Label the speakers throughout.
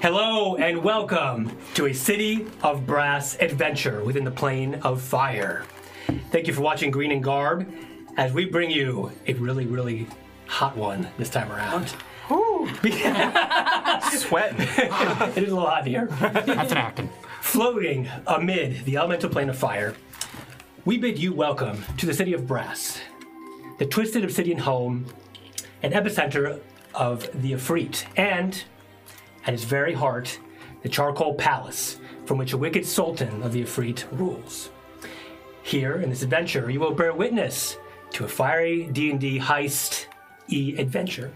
Speaker 1: Hello and welcome to a City of Brass adventure within the Plane of Fire. Thank you for watching Green and Garb as we bring you a really, really hot one this time around.
Speaker 2: Sweat.
Speaker 1: It is a little hot here.
Speaker 3: That's an acting.
Speaker 1: Floating amid the elemental plane of fire, we bid you welcome to the City of Brass, the twisted obsidian home an epicenter of the Efreet, and at its very heart, the charcoal palace from which a wicked sultan of the Efreet rules. Here in this adventure, you will bear witness to a fiery D&D heist e adventure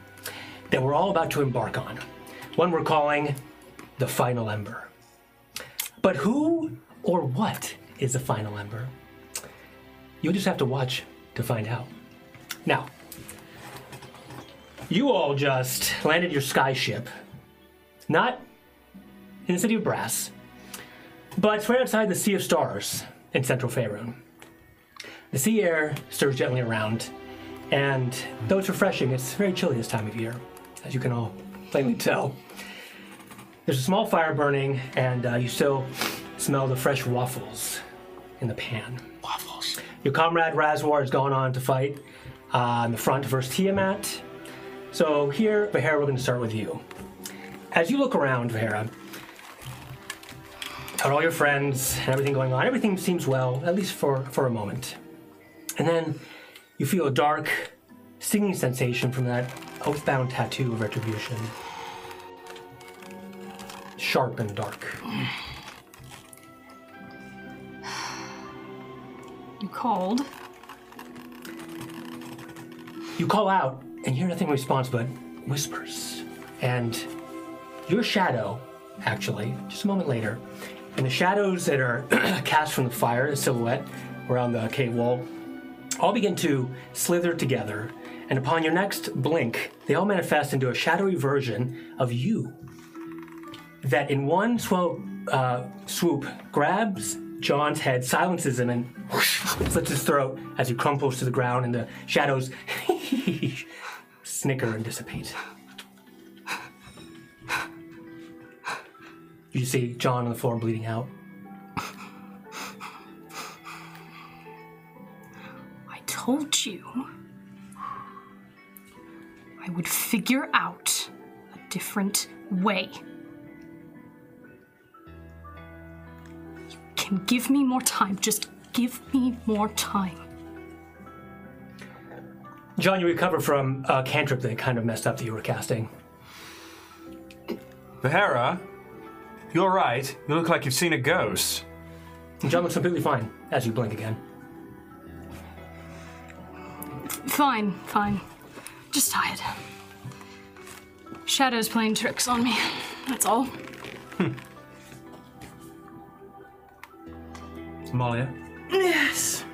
Speaker 1: that we're all about to embark on. One we're calling the Final Ember. But who or what is the Final Ember? You'll just have to watch to find out. Now, you all just landed your skyship, not in the city of Brass, but right outside the Sea of Stars in central Faerun. The sea air stirs gently around, and though it's refreshing, it's very chilly this time of year, as you can all plainly tell. There's a small fire burning, and uh, you still smell the fresh waffles in the pan.
Speaker 3: Waffles.
Speaker 1: Your comrade Razwar has gone on to fight uh, in the front versus Tiamat. So here, Vahera, we're going to start with you. As you look around, Vahera, at all your friends and everything going on, everything seems well, at least for, for a moment. And then you feel a dark, stinging sensation from that oathbound tattoo of retribution. Sharp and dark.
Speaker 4: You called.
Speaker 1: You call out and hear nothing in response but whispers. And your shadow, actually, just a moment later, and the shadows that are cast from the fire, the silhouette around the cave wall, all begin to slither together. And upon your next blink, they all manifest into a shadowy version of you that, in one swell, uh, swoop, grabs John's head, silences him, and whoosh, slits his throat as he crumples to the ground, and the shadows snicker and dissipate. You see John on the floor bleeding out.
Speaker 4: I told you. I would figure out a different way. You can give me more time. Just give me more time.
Speaker 1: John, you recover from a cantrip that kind of messed up that you were casting.
Speaker 2: Behera, you're right. You look like you've seen a ghost.
Speaker 1: And John looks completely fine as you blink again.
Speaker 4: Fine, fine. Just tired. Shadow's playing tricks on me. That's all.
Speaker 2: Malia.
Speaker 5: Yes,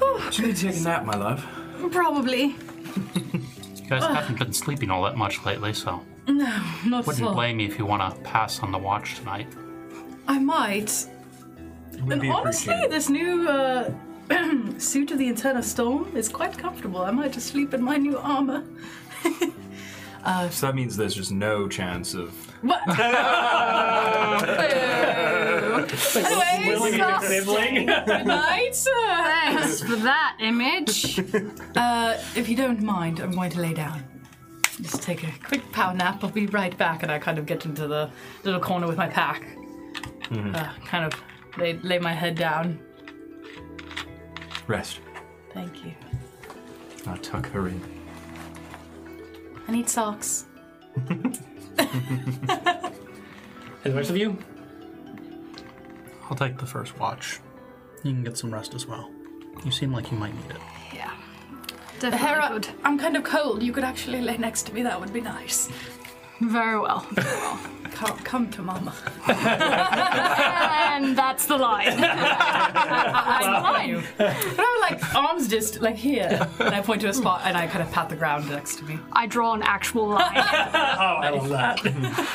Speaker 2: Do you need to take a nap, my love?
Speaker 5: probably.
Speaker 3: You guys haven't been sleeping all that much lately, so
Speaker 5: Not at
Speaker 3: wouldn't
Speaker 5: all.
Speaker 3: blame you if you want to pass on the watch tonight.
Speaker 5: I might.
Speaker 2: Would
Speaker 5: And
Speaker 2: be
Speaker 5: honestly,
Speaker 2: appreciated.
Speaker 5: this new uh, suit of the Eternal Storm is quite comfortable. I might just sleep in my new armor.
Speaker 2: So that means there's just no chance of.
Speaker 5: But anyways, uh, good night. Uh,
Speaker 4: Thanks for that image.
Speaker 5: Uh, if you don't mind, I'm going to lay down. Just take a quick power nap. I'll be right back. And I kind of get into the little corner with my pack. Uh, kind of lay, lay my head down.
Speaker 2: Rest.
Speaker 5: Thank you.
Speaker 2: I tuck her in.
Speaker 5: I need socks.
Speaker 1: And the rest of you?
Speaker 3: I'll take the first watch. You can get some rest as well. You seem like you might need it.
Speaker 5: Yeah.
Speaker 4: Definitely
Speaker 5: Hera,
Speaker 4: good.
Speaker 5: I'm kind of cold. You could actually lay next to me. That would be nice.
Speaker 4: Very well.
Speaker 5: Come, come to mama.
Speaker 4: and that's the line. that's the line.
Speaker 5: But I'm like arms just like here, and I point to a spot, and I kind of pat the ground next to me.
Speaker 4: I draw an actual line.
Speaker 1: Oh, I love that.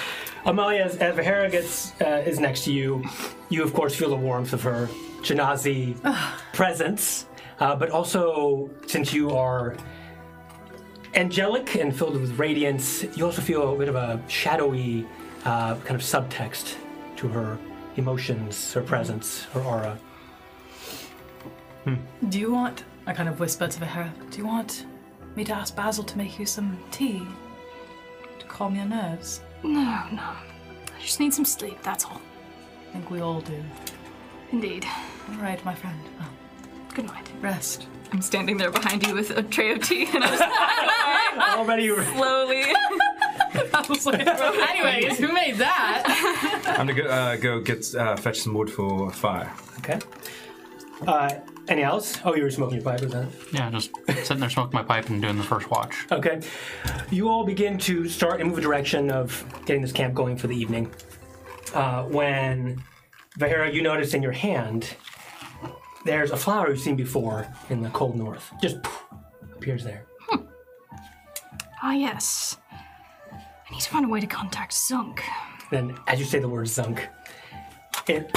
Speaker 1: Amalia, as, as Vahera gets, uh, is next to you, you of course feel the warmth of her Janazi presence, uh, but also since you are angelic and filled with radiance. You also feel a bit of a shadowy uh, kind of subtext to her emotions, her presence, her aura.
Speaker 5: Do you want? I kind of whisper to Vahera. Do you want me to ask Basil to make you some tea to calm your nerves?
Speaker 4: No, no. I just need some sleep, that's all.
Speaker 5: I think we all do.
Speaker 4: Indeed.
Speaker 5: All right, my friend. Well,
Speaker 4: Good night.
Speaker 5: rest.
Speaker 6: I'm standing there behind you with a tray of tea, and I'm
Speaker 1: Already,
Speaker 6: slowly.
Speaker 5: Anyways, who made that?
Speaker 2: I'm gonna go, uh, go get uh, fetch some wood for a fire.
Speaker 1: okay. Uh, any else? Oh, you were smoking your pipe, was that?
Speaker 3: Yeah, just sitting there smoking my pipe and doing the first watch.
Speaker 1: Okay. You all begin to start and move a direction of getting this camp going for the evening. Uh, when Vahera, you notice in your hand, there's a flower you've seen before in the cold north. Just poof, appears there.
Speaker 4: Ah, yes. I need to find a way to contact Zunk.
Speaker 1: Then, as you say the word "zunk," it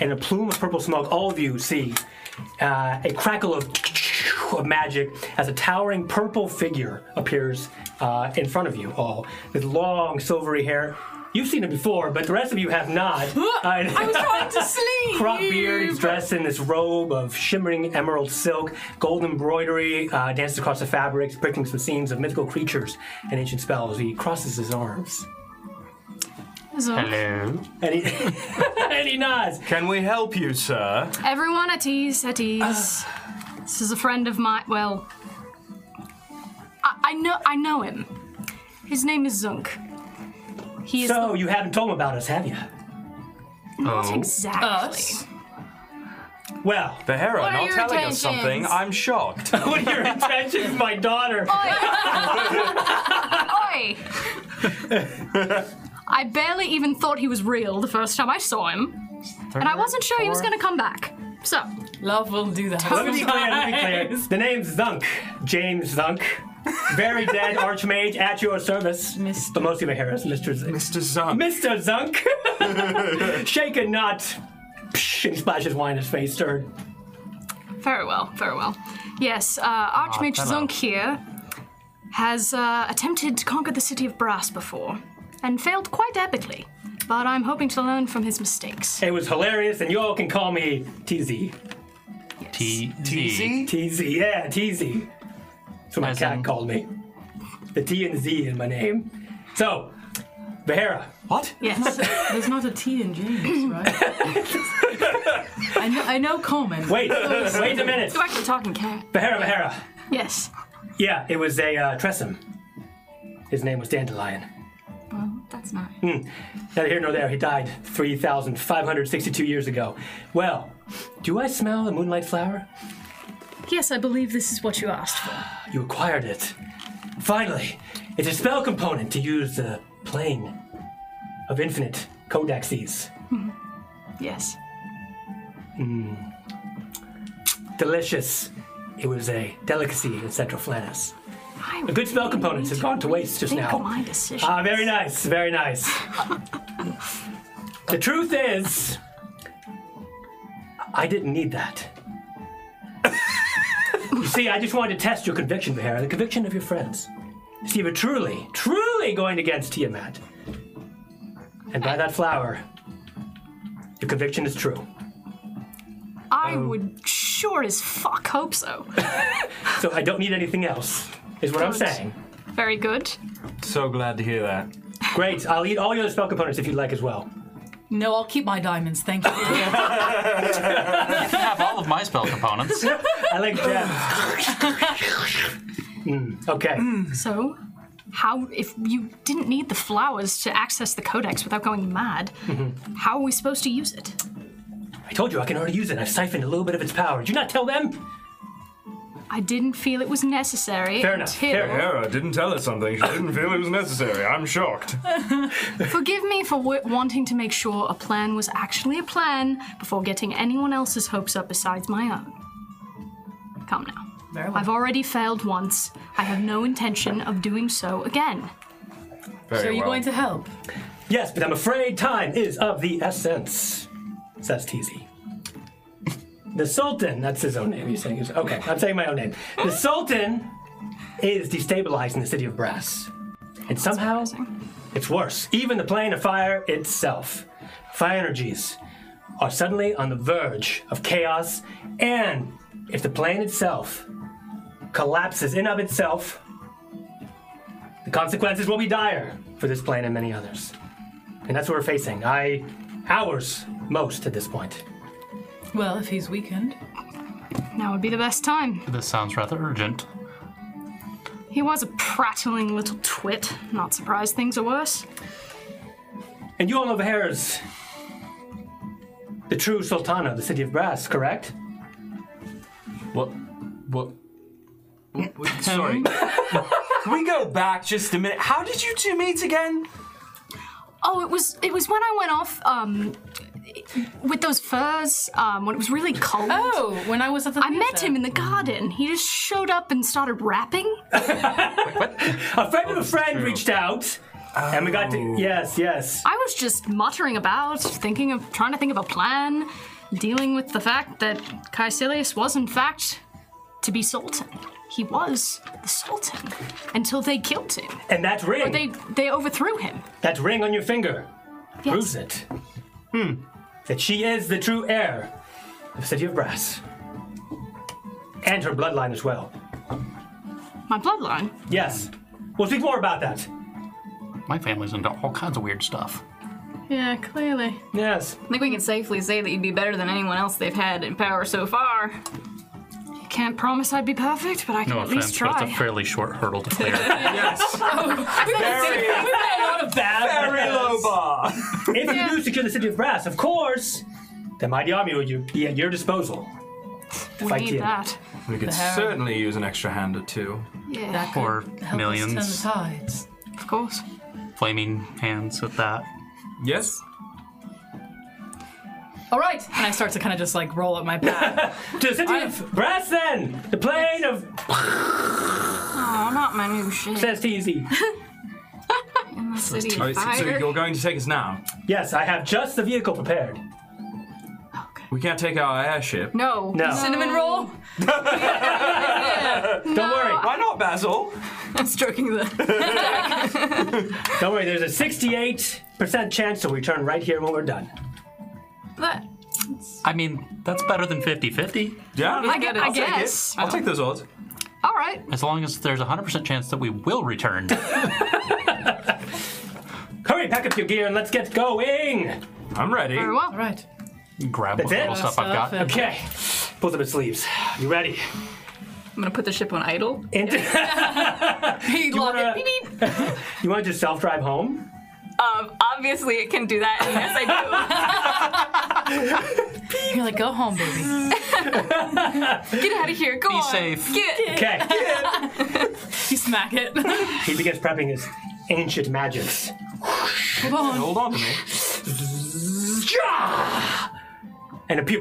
Speaker 1: and a plume of purple smoke. All of you see uh, a crackle of of magic as a towering purple figure appears uh, in front of you all with long silvery hair. You've seen it before, but the rest of you have not. I was trying to sleep. Crop beard. He's dressed in this robe of shimmering emerald silk, gold embroidery uh, dances across the fabric, depicting some scenes of mythical creatures and ancient spells. He crosses his arms.
Speaker 4: Zunk.
Speaker 3: Hello.
Speaker 1: And he, and he nods.
Speaker 2: Can we help you, sir?
Speaker 4: Everyone at ease, at ease. this is a friend of mine. Well, I, I know, I know him. His name is Zunk. He is
Speaker 1: So you haven't told him about us, have you?
Speaker 4: the,
Speaker 3: Oh.
Speaker 4: exactly.
Speaker 5: Us?
Speaker 1: Well,
Speaker 2: The hero
Speaker 6: What are
Speaker 2: not
Speaker 6: your
Speaker 2: telling us something.
Speaker 6: intentions?
Speaker 2: I'm shocked.
Speaker 1: what are your intentions, my daughter?
Speaker 4: Oi! I barely even thought he was real the first time I saw him, and I wasn't sure he was going to come back. So,
Speaker 5: Love will do that.
Speaker 1: Let me be clear, let me be clear. The name's Zunk. James Zunk. Very dead archmage at your service.
Speaker 5: Mr.
Speaker 1: But mostly Maharis, Mr. Zunk.
Speaker 2: Mr. Zunk.
Speaker 1: Mr. Zunk! Shake a nut. Psh, and splashes wine in his face, stirred.
Speaker 4: very well, very well. Yes, uh, Archmage
Speaker 3: Ah, hello.
Speaker 4: Zunk here has uh, attempted to conquer the city of Brass before, and failed quite epically. But I'm hoping to learn from his mistakes.
Speaker 1: It was hilarious, and you all can call me TZ.
Speaker 3: T
Speaker 2: Easy.
Speaker 1: TZ, yeah, TZ. So my
Speaker 3: As
Speaker 1: cat
Speaker 3: in-
Speaker 1: called me. The T and Z in my name. So, Behera. What?
Speaker 4: Yes.
Speaker 5: There's not a T in James, right? I know, I know Coleman.
Speaker 1: Wait, wait a minute.
Speaker 6: Back to the talking cat.
Speaker 1: Behera, Behera.
Speaker 4: yes.
Speaker 1: Yeah, it was a uh, Tressum. His name was Dandelion.
Speaker 6: Well, that's not.
Speaker 1: Neither here nor there, he died 3,562 years ago. Well, do I smell a moonlight flower? Hmm.
Speaker 4: Yes, I believe this is what you asked for.
Speaker 1: You acquired it. Finally, it's a spell component to use the plane of infinite codexes.
Speaker 4: Yes.
Speaker 1: Delicious. It was a delicacy in Central Flannis.
Speaker 4: I
Speaker 1: A good spell component has gone to waste just
Speaker 4: think
Speaker 1: now.
Speaker 4: my decision.
Speaker 1: Ah, very nice, very nice. the truth is, I didn't need that. you see, I just wanted to test your conviction, Behera, the conviction of your friends. See if you're truly, truly going against Tiamat. And by that flower, your conviction is true.
Speaker 4: I
Speaker 1: Um,
Speaker 4: would sure as fuck hope so.
Speaker 1: So I don't need anything else, is what I'm
Speaker 4: Good.
Speaker 1: saying.
Speaker 4: Very good.
Speaker 2: So glad to hear that.
Speaker 1: Great, I'll eat all your other spell components if you'd like as well.
Speaker 5: No, I'll keep my diamonds, thank you.
Speaker 3: have all of my spell components.
Speaker 1: I like gems. Mm, okay.
Speaker 4: So, how if you didn't need the flowers to access the codex without going mad, how are we supposed to use it?
Speaker 1: I told you I can already use it. I've siphoned a little bit of its power. Did you not tell them?
Speaker 4: I didn't feel it was necessary
Speaker 1: Fair enough.
Speaker 4: until.
Speaker 1: Fair
Speaker 2: Hera didn't tell us something. She didn't feel it was necessary. I'm shocked.
Speaker 4: Forgive me for w- wanting to make sure a plan was actually a plan before getting anyone else's hopes up besides my own. Come now.
Speaker 5: Very well.
Speaker 4: I've already failed once. I have no intention of doing so again.
Speaker 2: Very
Speaker 5: so are you
Speaker 2: well.
Speaker 5: going to help?
Speaker 1: Yes, but I'm afraid time is of the essence, says Teasy. The Sultan, that's his own name, he's saying his, okay, I'm saying my own name. The Sultan is destabilized in the city of Brass. And somehow, it's worse. Even the plane of fire itself, fire energies, are suddenly on the verge of chaos. And if the plane itself collapses in of itself, the consequences will be dire for this plane and many others. And that's what we're facing. I hours most at this point.
Speaker 5: Well, if he's weakened.
Speaker 4: Now would be the best time.
Speaker 3: This sounds rather urgent.
Speaker 4: He was a prattling little twit. Not surprised things are worse.
Speaker 1: And you all know Vaher's the true Sultana of the City of Brass, correct?
Speaker 2: What? What? what- Sorry. Can we go back just a minute? How did you two meet again?
Speaker 4: Oh, it was it was when I went off um with those furs um when it was really cold.
Speaker 5: Oh, when I was at the.
Speaker 4: I met him in the garden. He just showed up and started rapping.
Speaker 1: A friend
Speaker 2: Oh,
Speaker 1: of a friend reached out, and we got to yes, yes.
Speaker 4: I was just muttering about, thinking of trying to think of a plan, dealing with the fact that Caecilius was in fact to be Sultan. He was the Sultan until they killed him.
Speaker 1: And that ring,
Speaker 4: They they overthrew him.
Speaker 1: that ring on your finger,
Speaker 4: Yes.
Speaker 1: proves it. Hmm. That she is the true heir of the City of Brass, and her bloodline as well.
Speaker 4: My bloodline.
Speaker 1: Yes. We'll speak more about that.
Speaker 3: My family's into all kinds of weird stuff.
Speaker 4: Yeah, clearly.
Speaker 1: Yes.
Speaker 6: I think we can safely say that you'd be better than anyone else they've had in power so far.
Speaker 4: I can't promise I'd be perfect, but I can
Speaker 3: No
Speaker 4: at
Speaker 3: offense,
Speaker 4: least
Speaker 3: but
Speaker 4: try.
Speaker 3: it's a fairly short hurdle to clear.
Speaker 2: Yes.
Speaker 5: Oh, Very.
Speaker 2: Very low bar.
Speaker 1: If you do secure the City of Brass, of course, the mighty army will you- be at your disposal.
Speaker 4: we
Speaker 1: fight
Speaker 4: need
Speaker 1: you.
Speaker 4: that.
Speaker 2: We could certainly use an extra hand or two.
Speaker 4: Yeah,
Speaker 3: or
Speaker 5: Turn the
Speaker 3: millions.
Speaker 5: tides.
Speaker 4: of course.
Speaker 3: Flaming hands at that.
Speaker 2: Yes.
Speaker 5: All right. And I start to kind of just like roll up my pack.
Speaker 1: To the City of Brass, then! The plane of.
Speaker 6: Oh, not my new shit.
Speaker 1: Says TZ.
Speaker 6: in the city
Speaker 2: All
Speaker 6: of
Speaker 2: right, Oh, so, so
Speaker 6: fire.
Speaker 2: you're going to take us now.
Speaker 1: Yes, I have just the vehicle prepared.
Speaker 2: We can't take our airship.
Speaker 6: no.
Speaker 1: No.
Speaker 6: Cinnamon roll?
Speaker 1: Don't worry.
Speaker 2: Why not, Basil?
Speaker 6: I'm stroking the.
Speaker 1: Don't worry, there's a 68% chance to return right here when we're done.
Speaker 6: But
Speaker 3: I mean, that's better than 50 50.
Speaker 2: Yeah,
Speaker 6: I get it. I
Speaker 2: I'll take
Speaker 6: guess.
Speaker 2: it. I'll take those odds.
Speaker 4: All right.
Speaker 3: As long as there's a 100% chance that we will return.
Speaker 1: Hurry, pack up your gear and let's get going!
Speaker 2: I'm ready.
Speaker 4: Very well.
Speaker 5: All right.
Speaker 3: Grab
Speaker 1: That's
Speaker 3: what little
Speaker 1: it?
Speaker 3: stuff I've got.
Speaker 5: Stuff
Speaker 1: Okay. Pulls up his sleeves. You ready?
Speaker 6: I'm gonna put the ship on idle.
Speaker 1: Into-
Speaker 6: Hey, log
Speaker 1: wanna-
Speaker 6: it. Beep, beep.
Speaker 1: you want to just self drive home?
Speaker 6: Um, obviously, it can do that, and yes, I
Speaker 5: You're like, go home, baby.
Speaker 6: do. Get out of here. Go
Speaker 3: Be
Speaker 6: on.
Speaker 3: safe.
Speaker 6: Get.
Speaker 1: Okay.
Speaker 5: You smack it.
Speaker 1: He begins prepping his ancient magics.
Speaker 5: Hold on.
Speaker 2: Hold on to me.
Speaker 1: And a pew-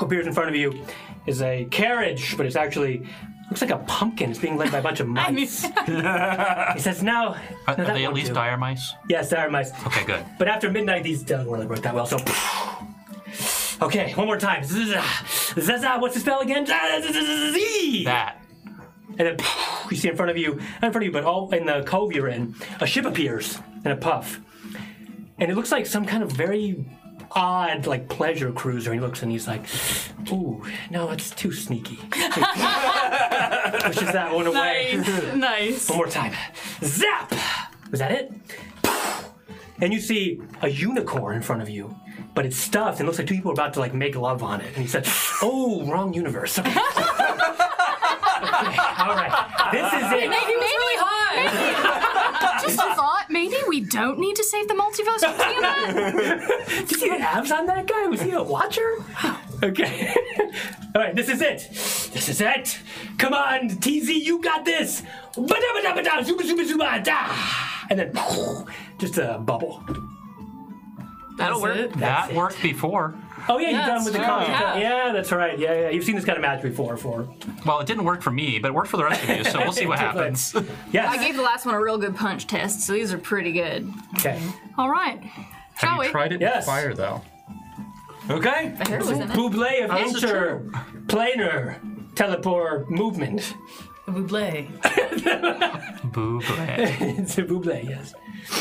Speaker 1: appears in front of you is a carriage, but it's actually looks like a pumpkin. It's being led by a bunch of mice. he says, "Now,
Speaker 3: Are,
Speaker 1: no,
Speaker 3: are
Speaker 1: that
Speaker 3: they at
Speaker 1: won't
Speaker 3: least
Speaker 1: do.
Speaker 3: dire mice?
Speaker 1: Yes, there are mice.
Speaker 3: Okay, good.
Speaker 1: But after midnight, these doesn't really work that well. So, okay, one more time. Zaza, what's the spell again? Z.
Speaker 3: That.
Speaker 1: And then you see in front of you, not in front of you, but all in the cove you're in, a ship appears in a puff, and it looks like some kind of very odd like pleasure cruiser. And he looks and he's like, "Ooh, no, that's too sneaky." Pushes that one away.
Speaker 5: nice.
Speaker 1: One more time. Zap! Was that it? And you see a unicorn in front of you, but it's stuffed and looks like two people are about to like make love on it. And he said, "Oh, wrong universe." Okay. Okay, All right, this is it.
Speaker 4: Maybe, maybe, just a thought. Maybe we don't need to save the multiverse for Tiamat.
Speaker 1: Did you see the abs on that guy? Was he a watcher? Okay. All right, this is it. This is it. Come on, TZ, you got this. Ba-da-ba-da-ba-da, zooba, zooba, zooba, da. And then just a bubble.
Speaker 6: That'll work.
Speaker 5: It.
Speaker 3: That
Speaker 1: it.
Speaker 3: worked before.
Speaker 1: Oh yeah, you've done with the
Speaker 5: Yes,
Speaker 1: comic.
Speaker 5: yeah.
Speaker 1: Yeah, that's right. Yeah, yeah. You've seen this kind of match before. For
Speaker 3: Well, it didn't work for me, but it worked for the rest of you, so we'll see what happens.
Speaker 1: yes.
Speaker 6: I gave the last one a real good punch test, so these are pretty good.
Speaker 1: okay.
Speaker 4: All right. Shall we?
Speaker 3: it
Speaker 1: Yes. fire,
Speaker 3: though?
Speaker 2: Okay.
Speaker 6: The hair was in it.
Speaker 1: Buble of
Speaker 3: This is
Speaker 1: interplanar teleport movement.
Speaker 5: Buble.
Speaker 3: Boo.
Speaker 1: it's a buble, yes.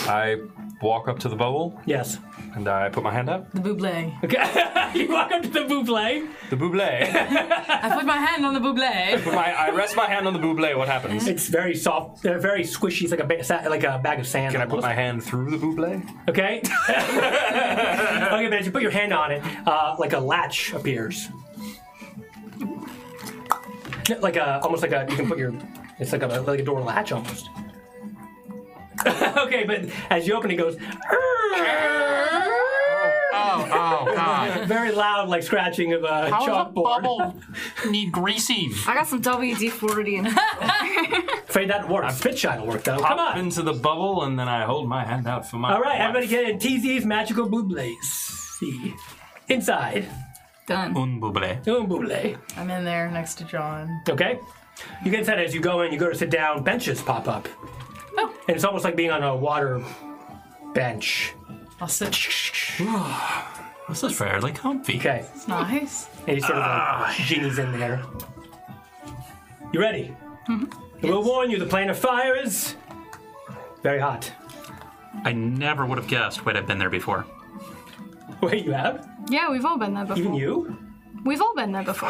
Speaker 2: I walk up to the bubble
Speaker 1: Yes.
Speaker 2: and I put my hand up.
Speaker 5: The buble.
Speaker 1: Okay. you walk up to the buble.
Speaker 2: The buble.
Speaker 5: I put my hand on the buble.
Speaker 2: Put my, I rest my hand on the buble. What happens?
Speaker 1: It's very soft, uh, very squishy. It's like a, ba- sa- like a bag of sand.
Speaker 2: Can I put my hand through the buble?
Speaker 1: Okay. okay, but as you put your hand on it, uh, like a latch appears. Yeah, Like a, almost like a, you can put your, it's like a, like a door latch almost. okay, but as you open it, it goes,
Speaker 3: Oh, oh, God.
Speaker 1: very loud, like scratching of a
Speaker 3: How does a
Speaker 1: chalkboard.
Speaker 3: bubble need greasing?
Speaker 6: I got some WD 40 and
Speaker 1: Afraid that works. Spit shine will work though. Come
Speaker 2: Up
Speaker 1: on.
Speaker 2: into the bubble and then I hold my hand out for my.
Speaker 1: All right,
Speaker 2: wife.
Speaker 1: everybody get in TZ's magical bubles. See. Inside.
Speaker 6: done.
Speaker 3: Un buble.
Speaker 1: Doing buble.
Speaker 5: I'm in there next to John.
Speaker 1: Okay? You get inside as you go in, you go to sit down, benches pop up. And it's almost like being on a water bench.
Speaker 5: I'll sit.
Speaker 2: This is fairly comfy.
Speaker 1: Okay.
Speaker 5: It's nice.
Speaker 1: And you sort of like, genie's in there. You ready? We'll warn you, the plane of fire is very hot.
Speaker 3: I never would have guessed. Wait, I've been there before.
Speaker 1: Wait, you have?
Speaker 4: Yeah, we've all been there before.
Speaker 1: Even you?
Speaker 4: We've all been there before.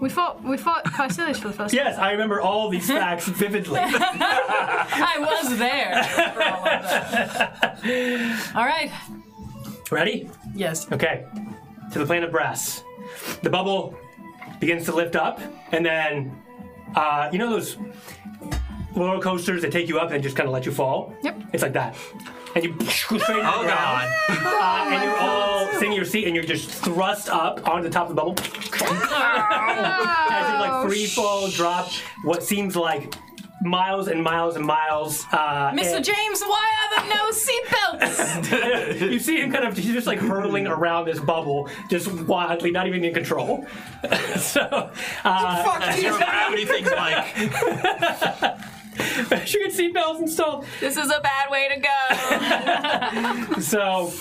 Speaker 4: We fought we fought Caecilius for the first
Speaker 1: Yes, I remember all these facts vividly.
Speaker 5: I was there. for all of that. all right.
Speaker 1: Ready?
Speaker 5: Yes.
Speaker 1: Okay, to the plane of brass. The bubble begins to lift up, and then uh, you know those roller coasters that take you up and just kind of let you fall.
Speaker 4: Yep.
Speaker 1: It's like that, and you go straight into the
Speaker 3: Oh, God.
Speaker 1: ground, uh, and you're all sitting in your seat, and you're just thrust up onto the top of the bubble as you
Speaker 4: Oh,
Speaker 1: like free fall drop what seems like miles and miles and miles. Uh,
Speaker 5: Mr.
Speaker 1: and-
Speaker 5: James, why are there no seatbelts?
Speaker 1: You see him kind of he's just like hurtling around this bubble, just wildly, not even in control. so uh,
Speaker 3: Zero gravity things like.
Speaker 1: you can see bells installed.
Speaker 6: This is a bad way to go.
Speaker 1: So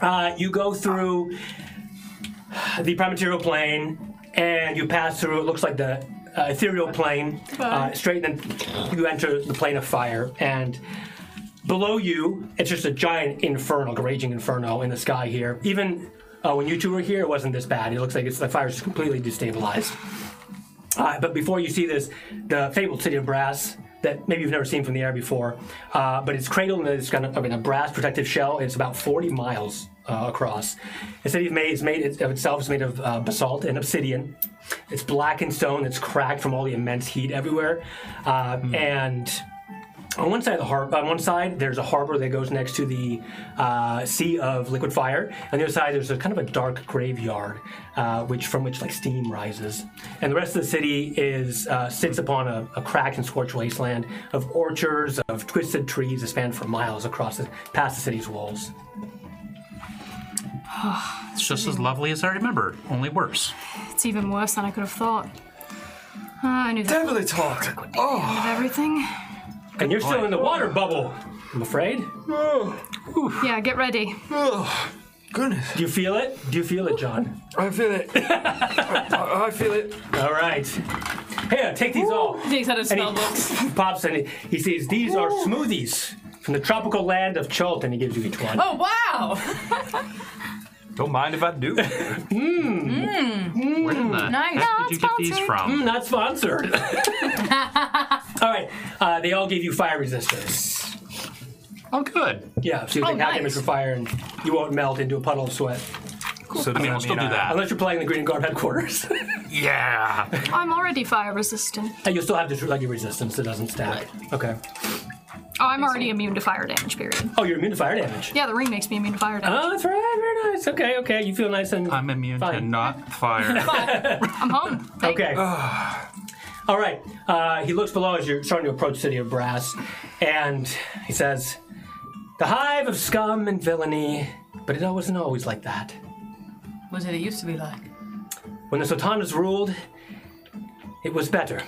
Speaker 1: uh, you go through the primaterial plane and you pass through. It looks like the uh, ethereal plane, uh, straight, and then you enter the plane of fire. And below you, it's just a giant inferno, like a raging inferno in the sky here. Even uh, when you two were here, it wasn't this bad. It looks like it's the fire's just completely destabilized. Uh, but before you see this, the fabled city of brass that maybe you've never seen from the air before, uh, but it's cradled in this kind of I mean, a brass protective shell. It's about 40 miles uh, across. The city is made, is made of itself is made of uh, basalt and obsidian. It's black in stone. It's cracked from all the immense heat everywhere, uh, and on one side of the harbor, on one side there's a harbor that goes next to the uh, sea of liquid fire. On the other side there's a kind of a dark graveyard, uh, which from which like steam rises. And the rest of the city is uh, sits upon a, a cracked and scorched wasteland of orchards of twisted trees that span for miles across the, past the city's walls.
Speaker 3: It's just as lovely as I remember, only worse.
Speaker 4: It's even worse than I could have thought. Ah, I knew that
Speaker 2: Devil they talk.
Speaker 1: Oh.
Speaker 4: of everything.
Speaker 1: and you're still in the water bubble. I'm afraid.
Speaker 4: Yeah, get ready.
Speaker 2: Oh, goodness.
Speaker 1: Do you feel it? Do you feel it, John?
Speaker 2: I feel it. I, I feel it.
Speaker 1: All right. Here, take these all.
Speaker 5: Takes out his
Speaker 1: And he-
Speaker 5: spell books.
Speaker 1: pops and he, he says, These are smoothies from the tropical land of Chult, and he gives you each one.
Speaker 5: Oh wow!
Speaker 2: Don't mind if I do.
Speaker 3: Where did the
Speaker 5: Nice.
Speaker 3: heck
Speaker 5: No,
Speaker 3: did you
Speaker 4: it's
Speaker 3: get these
Speaker 4: sponsored.
Speaker 3: from?
Speaker 1: Not sponsored. all right, uh, they all gave you fire resistance.
Speaker 3: Oh, good.
Speaker 1: Yeah, so you take
Speaker 5: Oh,
Speaker 1: half
Speaker 5: nice.
Speaker 1: damage for fire and you won't melt into a puddle of sweat.
Speaker 2: So
Speaker 3: I mean, I'll still do that.
Speaker 1: Unless you're playing the Green Guard headquarters.
Speaker 2: Yeah.
Speaker 4: I'm already fire resistant.
Speaker 1: and you'll still have this like your resistance that doesn't stack. Okay.
Speaker 4: Oh, I'm already immune to fire damage, period.
Speaker 1: Oh, you're immune to fire damage.
Speaker 4: Yeah, the ring makes me immune to fire damage.
Speaker 1: Oh, that's right. Very nice. Okay, okay. You feel nice and
Speaker 3: I'm immune to
Speaker 1: Fine.
Speaker 3: not fire.
Speaker 4: I'm home. Thank
Speaker 1: Okay. All right. Uh, he looks below as you're starting to approach City of Brass, and he says, "The hive of scum and villainy, but it wasn't always like that.
Speaker 5: What did it used to be like?
Speaker 1: When the Sultanas ruled, it was better.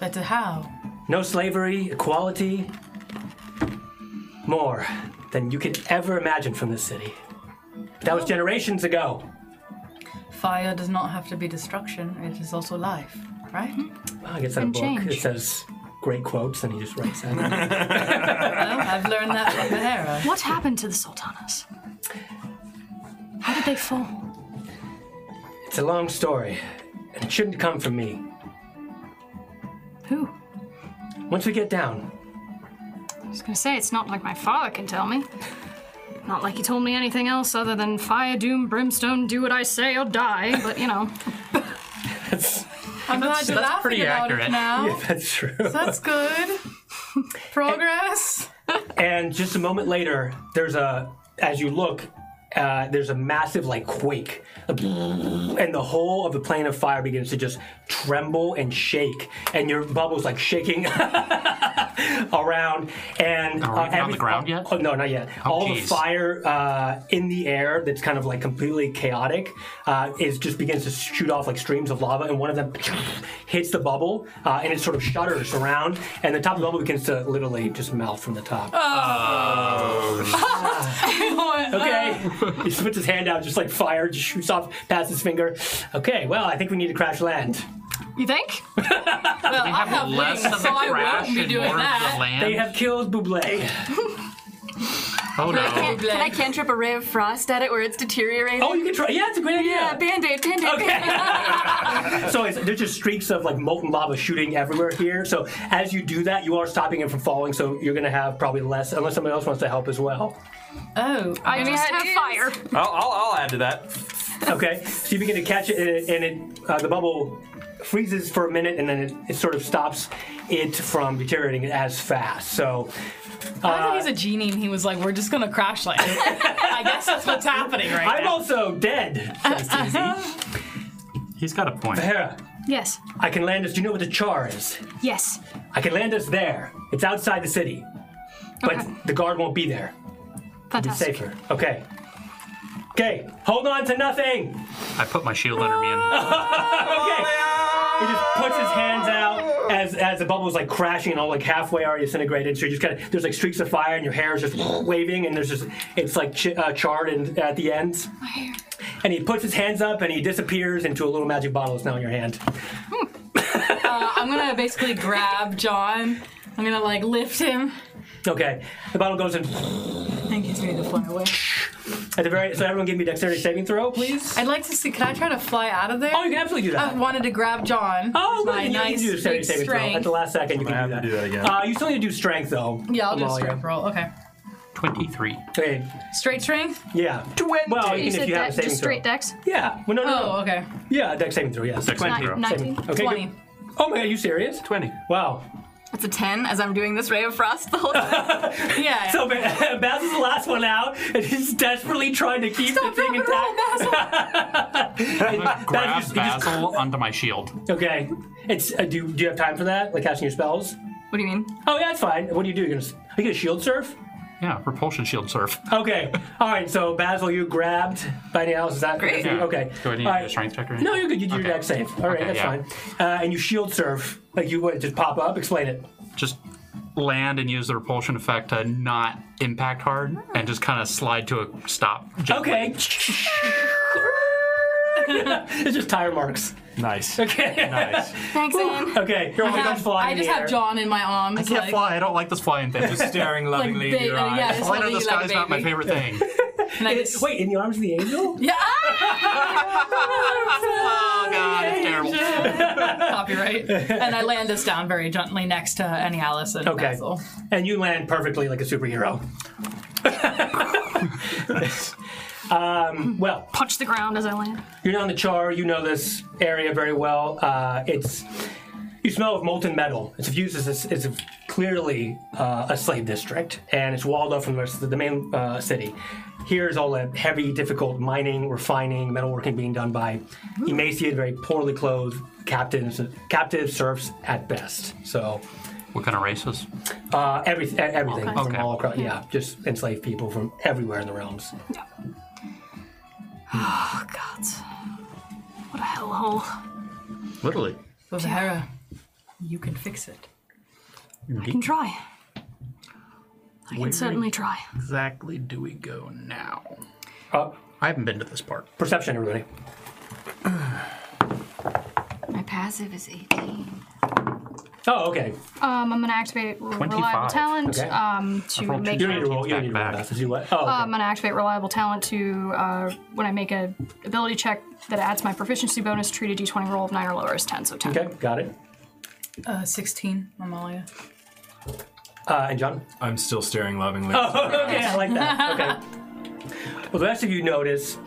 Speaker 5: Better how?
Speaker 1: No slavery, equality, more than you could ever imagine from this city. But that was generations ago.
Speaker 5: Fire does not have to be destruction. It is also life. right?
Speaker 1: Ah, I guess that
Speaker 4: And
Speaker 1: book.
Speaker 4: change.
Speaker 1: It says great quotes, and he just writes that.
Speaker 5: Well, I've learned that from Mahara.
Speaker 4: What happened to the sultanas? How did they fall?
Speaker 1: It's a long story, and it shouldn't come from me.
Speaker 4: Who?
Speaker 1: Once we get down,
Speaker 4: I was gonna say it's not like my father can tell me. Not like he told me anything else other than fire, doom, brimstone, do what I say or die. But you know,
Speaker 5: I'm glad you're
Speaker 3: that's
Speaker 5: laughing
Speaker 3: pretty
Speaker 5: about
Speaker 3: accurate.
Speaker 5: it now.
Speaker 1: that's true.
Speaker 5: That's good. Progress.
Speaker 1: And just a moment later, there's a as you look, uh, there's a massive like quake, and the whole of the plane of fire begins to just tremble and shake, and your bubbles like shaking around. And
Speaker 3: Are we even on
Speaker 1: every-
Speaker 3: the ground yet?
Speaker 1: Oh, no, not yet. All the
Speaker 3: geez.
Speaker 1: fire uh, in the air that's kind of like completely chaotic uh, is just begins to shoot off like streams of lava, and one of them hits the bubble, uh, and it sort of shudders around, and the top of the bubble begins to literally just melt from the top. Okay. he puts his hand out, just like fire, just shoots off past his finger. Okay, well, I think we need to crash land.
Speaker 4: you think?
Speaker 3: We have less of the
Speaker 5: so I won't
Speaker 3: crash
Speaker 5: be
Speaker 3: and
Speaker 5: doing
Speaker 3: more of
Speaker 5: that.
Speaker 3: the land.
Speaker 1: They have killed Buble.
Speaker 3: oh no.
Speaker 6: Can, can I cantrip a ray of frost at it where it's deteriorating?
Speaker 1: Oh, you can try. Yeah, it's a great idea.
Speaker 6: yeah, band aid, band aid.
Speaker 1: so it's, there's just streaks of like molten lava shooting everywhere here. So as you do that, you are stopping it from falling. So you're gonna have probably less, unless somebody else wants to help as well.
Speaker 5: Oh,
Speaker 4: I just have
Speaker 6: ideas.
Speaker 4: fire.
Speaker 2: I'll, I'll, I'll add to that.
Speaker 1: Okay. So you begin to catch it, and it, and it uh, the bubble freezes for a minute, and then it, it sort of stops it from deteriorating as fast. So
Speaker 5: I thought he's a genie and he was like, we're just gonna crash land. I guess that's what's happening right
Speaker 1: I'm
Speaker 5: now.
Speaker 1: also dead. says Daisy.
Speaker 3: He's got a point.
Speaker 1: Hera,
Speaker 4: Yes.
Speaker 1: I can land us. Do you know what the char is?
Speaker 4: Yes.
Speaker 1: I can land us there. It's outside the city, but
Speaker 4: Okay.
Speaker 1: the guard won't be there. It's
Speaker 4: Fantastic.
Speaker 1: safer. Okay. Okay. Hold on to nothing.
Speaker 3: I put my shield under me and
Speaker 1: Okay. He just puts his hands out as as the bubble's like crashing and all like halfway already disintegrated. So you just kind of there's like streaks of fire and your hair is just waving and there's just it's like ch- uh, charred and at the ends. And he puts his hands up and he disappears into a little magic bottle that's now in your hand.
Speaker 5: Uh, I'm gonna basically grab John. I'm gonna like lift him.
Speaker 1: Okay. The bottle goes in
Speaker 5: And he's ready to fly away.
Speaker 1: at the very. So everyone give me dexterity saving throw, please.
Speaker 5: I'd like to see, can I try to fly out of there?
Speaker 1: Oh, you can absolutely do that.
Speaker 5: I wanted to grab John.
Speaker 1: Oh,
Speaker 5: with
Speaker 1: good. You can do the
Speaker 5: big
Speaker 1: saving, saving throw. At the last second, you can
Speaker 2: gonna have
Speaker 1: do
Speaker 2: to
Speaker 1: that.
Speaker 2: do that again.
Speaker 1: Uh, you still need to do strength, though.
Speaker 5: Yeah, I'll do a
Speaker 1: Amalia.
Speaker 5: strength roll. Okay.
Speaker 3: 23.
Speaker 1: Okay.
Speaker 5: Straight strength?
Speaker 1: Yeah. Well,
Speaker 4: You
Speaker 1: even if
Speaker 4: said
Speaker 1: you have a
Speaker 4: dex,
Speaker 1: saving
Speaker 4: just straight
Speaker 1: throw.
Speaker 4: dex.
Speaker 1: Yeah. Well, no, no, no.
Speaker 5: Oh, okay.
Speaker 1: Yeah, deck saving throw. Yeah.
Speaker 3: Dex saving
Speaker 6: Ni-
Speaker 3: throw.
Speaker 6: Nineteen.
Speaker 1: Okay.
Speaker 5: 20.
Speaker 1: Good. Oh my God, are you serious?
Speaker 3: 20.
Speaker 1: Wow.
Speaker 6: That's a ten as I'm doing this ray of frost the whole time.
Speaker 5: Yeah. yeah.
Speaker 1: So Ba- Baz is the last one out, and he's desperately trying to keep
Speaker 5: Stop,
Speaker 1: the thing
Speaker 5: drop, and roll,
Speaker 1: intact. Baz
Speaker 3: Grab
Speaker 1: just- he just-
Speaker 3: Basil onto my shield.
Speaker 1: Okay. It's uh, do do you have time for that? Like casting your spells?
Speaker 6: What do you mean?
Speaker 1: Oh yeah, that's fine. What do you do? You're gonna s- are you gonna shield surf?
Speaker 3: Yeah, repulsion shield surf.
Speaker 1: Okay. All right. So Basil, you grabbed by the house. Is that
Speaker 6: Great.
Speaker 1: that's-
Speaker 3: Yeah.
Speaker 1: Okay.
Speaker 3: Do I need
Speaker 1: All
Speaker 3: to do a strength check or anything?
Speaker 1: No, you're good. You do
Speaker 3: Okay.
Speaker 1: your deck save. All right,
Speaker 3: Okay,
Speaker 1: that's
Speaker 3: yeah.
Speaker 1: fine. Uh, and you shield surf. Like you would just pop up. Explain it.
Speaker 3: Just land and use the repulsion effect to not impact hard and just kind of slide to a stop. gently.
Speaker 1: Okay. it's just tire marks.
Speaker 2: Nice.
Speaker 1: Okay.
Speaker 2: Nice.
Speaker 6: Thanks, Anne.
Speaker 1: okay. Here we
Speaker 5: I,
Speaker 1: go.
Speaker 5: have,
Speaker 1: Flying
Speaker 5: I
Speaker 1: in
Speaker 5: just
Speaker 1: the
Speaker 5: have
Speaker 1: air.
Speaker 5: John in my arms.
Speaker 3: I can't
Speaker 5: like,
Speaker 3: fly. I don't like this flying thing. This
Speaker 2: Staring lovingly
Speaker 5: big-
Speaker 2: into your
Speaker 5: uh,
Speaker 2: eyes.
Speaker 5: yeah, it's-
Speaker 3: flying in the
Speaker 5: Lovely, like
Speaker 3: sky is not my
Speaker 5: baby.
Speaker 3: favorite thing.
Speaker 5: And I just,
Speaker 1: Wait, in the arms of the angel?
Speaker 5: Yeah. ah!
Speaker 3: oh god, it's terrible.
Speaker 5: Copyright. And I land this down very gently next to Annie Alice and
Speaker 1: Okay.
Speaker 5: Basil.
Speaker 1: And you land perfectly like a superhero. um, well,
Speaker 4: Punch the ground as I land.
Speaker 1: You're down the char. You know this area very well. Uh, it's you smell of molten metal. It's used as a, it's clearly uh, a slave district, and it's walled off from the rest of the, the main uh, city. Here's all the heavy, difficult mining, refining, metalworking being done by emaciated, very poorly clothed captives, captive serfs at best. So
Speaker 3: What kind of races?
Speaker 1: uh, every, e- everything
Speaker 4: kinds.
Speaker 1: from
Speaker 3: Okay.
Speaker 1: all across, yeah, just enslaved people from everywhere in the realms.
Speaker 4: Oh God. What a hellhole.
Speaker 3: Literally.
Speaker 5: So, Zahara, you can fix it.
Speaker 4: I can try. I can certainly try.
Speaker 3: Exactly. Do we go now?
Speaker 1: Uh,
Speaker 3: I haven't been to this part.
Speaker 1: perception, everybody.
Speaker 6: I passive is 18.
Speaker 1: Oh, okay.
Speaker 4: Um, I'm gonna activate re-
Speaker 2: 25.
Speaker 4: reliable talent
Speaker 1: Okay.
Speaker 4: um, to
Speaker 2: rolled
Speaker 4: make.
Speaker 1: You don't need to roll. You don't need to roll
Speaker 2: Back.
Speaker 1: that. Do what? Oh, okay.
Speaker 4: Uh, I'm gonna activate reliable talent to uh, when I make a ability check that adds my proficiency bonus. Treat a d20 roll of nine or lower as ten, so ten.
Speaker 1: okay, got it.
Speaker 5: Uh, 16, Amalia.
Speaker 1: Uh, and John?
Speaker 2: I'm still staring lovingly.
Speaker 1: okay, I like that. Okay. Well, the rest of you notice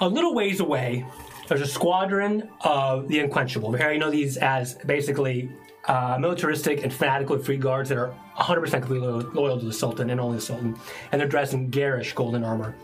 Speaker 1: a little ways away, there's a squadron of the Unquenchable. You know these as basically uh, militaristic and fanatical free guards that are 100% completely loyal, loyal to the Sultan and only the Sultan, and they're dressed in garish golden armor.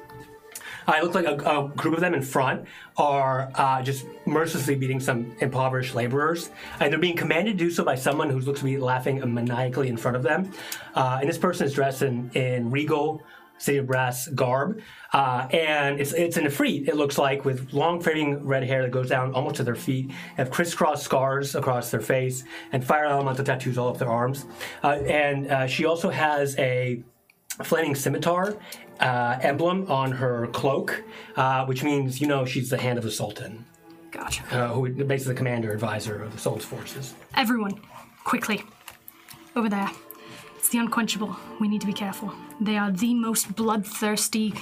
Speaker 1: Uh, it looks like a, a group of them in front are uh, just mercilessly beating some impoverished laborers, and they're being commanded to do so by someone who looks to be laughing maniacally in front of them. Uh, and this person is dressed in, in regal city of brass garb, uh, and it's it's an Efreet. It looks like with long fading red hair that goes down almost to their feet, have crisscross scars across their face, and fire elemental tattoos all up their arms. Uh, and uh, she also has a flaming scimitar uh, emblem on her cloak, uh, which means you know she's the hand of the Sultan,
Speaker 4: Gotcha.
Speaker 1: uh, who is basically the commander advisor of the Sultan's forces.
Speaker 4: Everyone, quickly. Over there. It's the unquenchable. We need to be careful. They are the most bloodthirsty,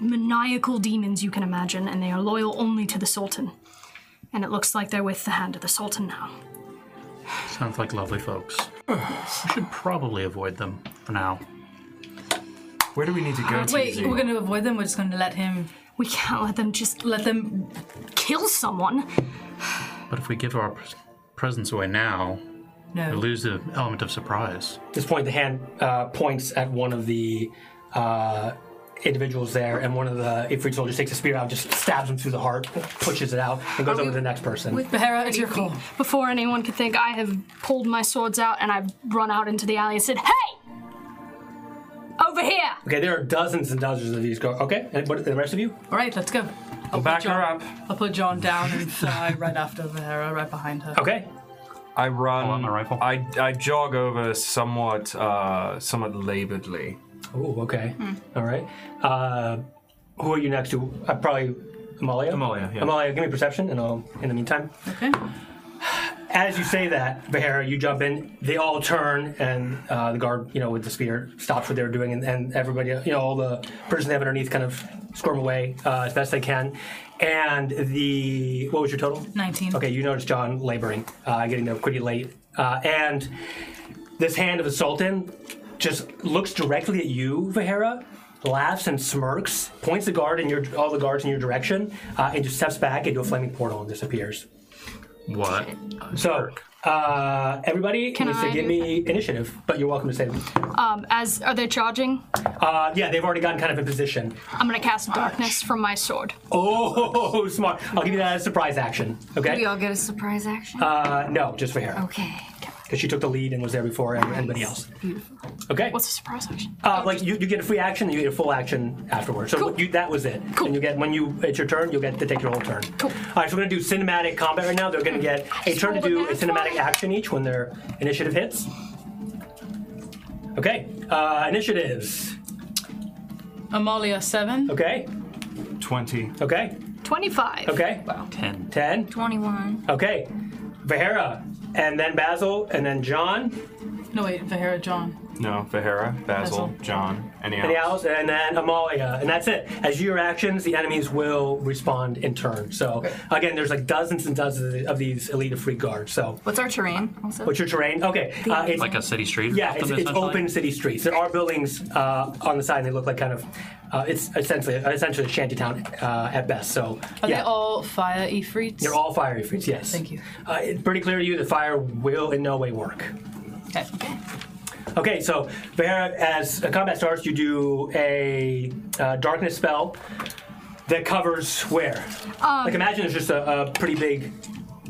Speaker 4: maniacal demons you can imagine, and they are loyal only to the Sultan. And it looks like they're with the hand of the Sultan now.
Speaker 3: Sounds like lovely folks. we should probably avoid them for now.
Speaker 2: Where do we need to go?
Speaker 5: Wait,
Speaker 2: TZ?
Speaker 5: we're gonna avoid them. We're just gonna let him,
Speaker 4: We can't let them just
Speaker 5: let them.
Speaker 4: kill someone.
Speaker 3: But if we give our pres- presence away now, we
Speaker 5: No,
Speaker 3: lose the element of surprise.
Speaker 1: At this point, the hand uh, points at one of the uh, individuals there, and one of the Ifrit soldiers takes a spear out, just stabs him through the heart, pushes it out, and goes over to the next person.
Speaker 5: Behera, it's your call.
Speaker 4: Before anyone could think, I have pulled my swords out and I've run out into the alley and said, Hey! Over here!
Speaker 1: okay, there are dozens and dozens of these. Go- okay, and what, the rest of you?
Speaker 5: All right, let's go. I'll
Speaker 2: back
Speaker 5: put John,
Speaker 2: her up.
Speaker 5: I'll put John down and fly right after Behera, right behind her.
Speaker 1: Okay,
Speaker 2: I run.
Speaker 3: Pull out my rifle.
Speaker 2: I, I jog over somewhat uh, somewhat laboredly.
Speaker 1: Oh, okay. All right. Uh, who are you next to? Uh, probably Amalia.
Speaker 2: Amalia, yeah.
Speaker 1: Amalia, give me perception, and I'll. In the meantime,
Speaker 5: Okay.
Speaker 1: as you say that, Behera, you jump in. They all turn, and uh, the guard, you know, with the spear, stops what they're doing, and, and everybody, you know, all the persons they have underneath, kind of squirm away uh, as best they can. And the what was your total?
Speaker 5: 19.
Speaker 1: Okay, you notice John laboring, uh, getting there pretty late. Uh, and this hand of the Sultan just looks directly at you, Vahera, laughs and smirks, points the guard in your all the guards in your direction, uh, and just steps back into a flaming portal and disappears.
Speaker 3: What?
Speaker 1: So, uh, everybody
Speaker 4: Can
Speaker 1: needs to
Speaker 4: I-
Speaker 1: give me initiative, but you're welcome to say.
Speaker 4: Um, as are they charging?
Speaker 1: Uh, yeah, they've already gotten kind of in position.
Speaker 4: I'm gonna cast darkness from my sword.
Speaker 1: Oh, smart! I'll give you that as a surprise action.
Speaker 6: We Oh.
Speaker 1: Okay?
Speaker 6: all get a surprise action?
Speaker 1: Uh, no, just Vahera,
Speaker 6: okay.
Speaker 1: because she took the lead and was there before anybody else.
Speaker 6: Beautiful.
Speaker 1: Okay.
Speaker 4: What's a surprise action?
Speaker 1: Uh, like you, you get a free action, and you get a full action afterwards. So
Speaker 4: Cool.
Speaker 1: you, that was it.
Speaker 4: Cool.
Speaker 1: And you get when you it's your turn, you'll get to take your whole turn.
Speaker 4: Cool.
Speaker 1: All right, so we're gonna do cinematic combat right now. They're gonna get a
Speaker 4: just
Speaker 1: turn to
Speaker 4: rolled a
Speaker 1: do a
Speaker 4: nat
Speaker 1: cinematic
Speaker 4: 20.
Speaker 1: action each when their initiative hits. Okay, uh, initiatives.
Speaker 5: Amalia, 7.
Speaker 1: Okay,
Speaker 2: Twenty.
Speaker 1: okay,
Speaker 4: 25.
Speaker 1: okay.
Speaker 3: Ten.
Speaker 1: Ten.
Speaker 6: 21.
Speaker 1: Okay, Vahera, and then Basil, and then John,
Speaker 5: No, wait, Behera, John.
Speaker 2: No, Vahera, Basil,
Speaker 5: Basil.
Speaker 2: John, any
Speaker 1: and the
Speaker 2: else?
Speaker 1: Alice, and then Amalia, and that's it. As your actions, the enemies will respond in turn. So again, there's like dozens and dozens of these elite of free guards. So
Speaker 6: What's our terrain also?
Speaker 1: what's your terrain? Okay, uh, it's,
Speaker 3: Like a city street? or
Speaker 1: yeah, it's,
Speaker 3: something,
Speaker 1: it's
Speaker 3: essentially?
Speaker 1: open city streets. There are buildings uh, on the side, and they look like kind of. Uh, it's essentially essentially a shanty town uh, at best. So
Speaker 5: Are
Speaker 1: yeah,
Speaker 5: they all fire ifrits?
Speaker 1: they're all fiery fruits. Yes.
Speaker 5: Thank you.
Speaker 1: Uh, it's pretty clear to you that fire will in no way work.
Speaker 5: Okay.
Speaker 1: Okay, so Vahera, as a combat starts, you do a uh, darkness spell that covers where?
Speaker 4: Um,
Speaker 1: like, imagine there's just a, a pretty big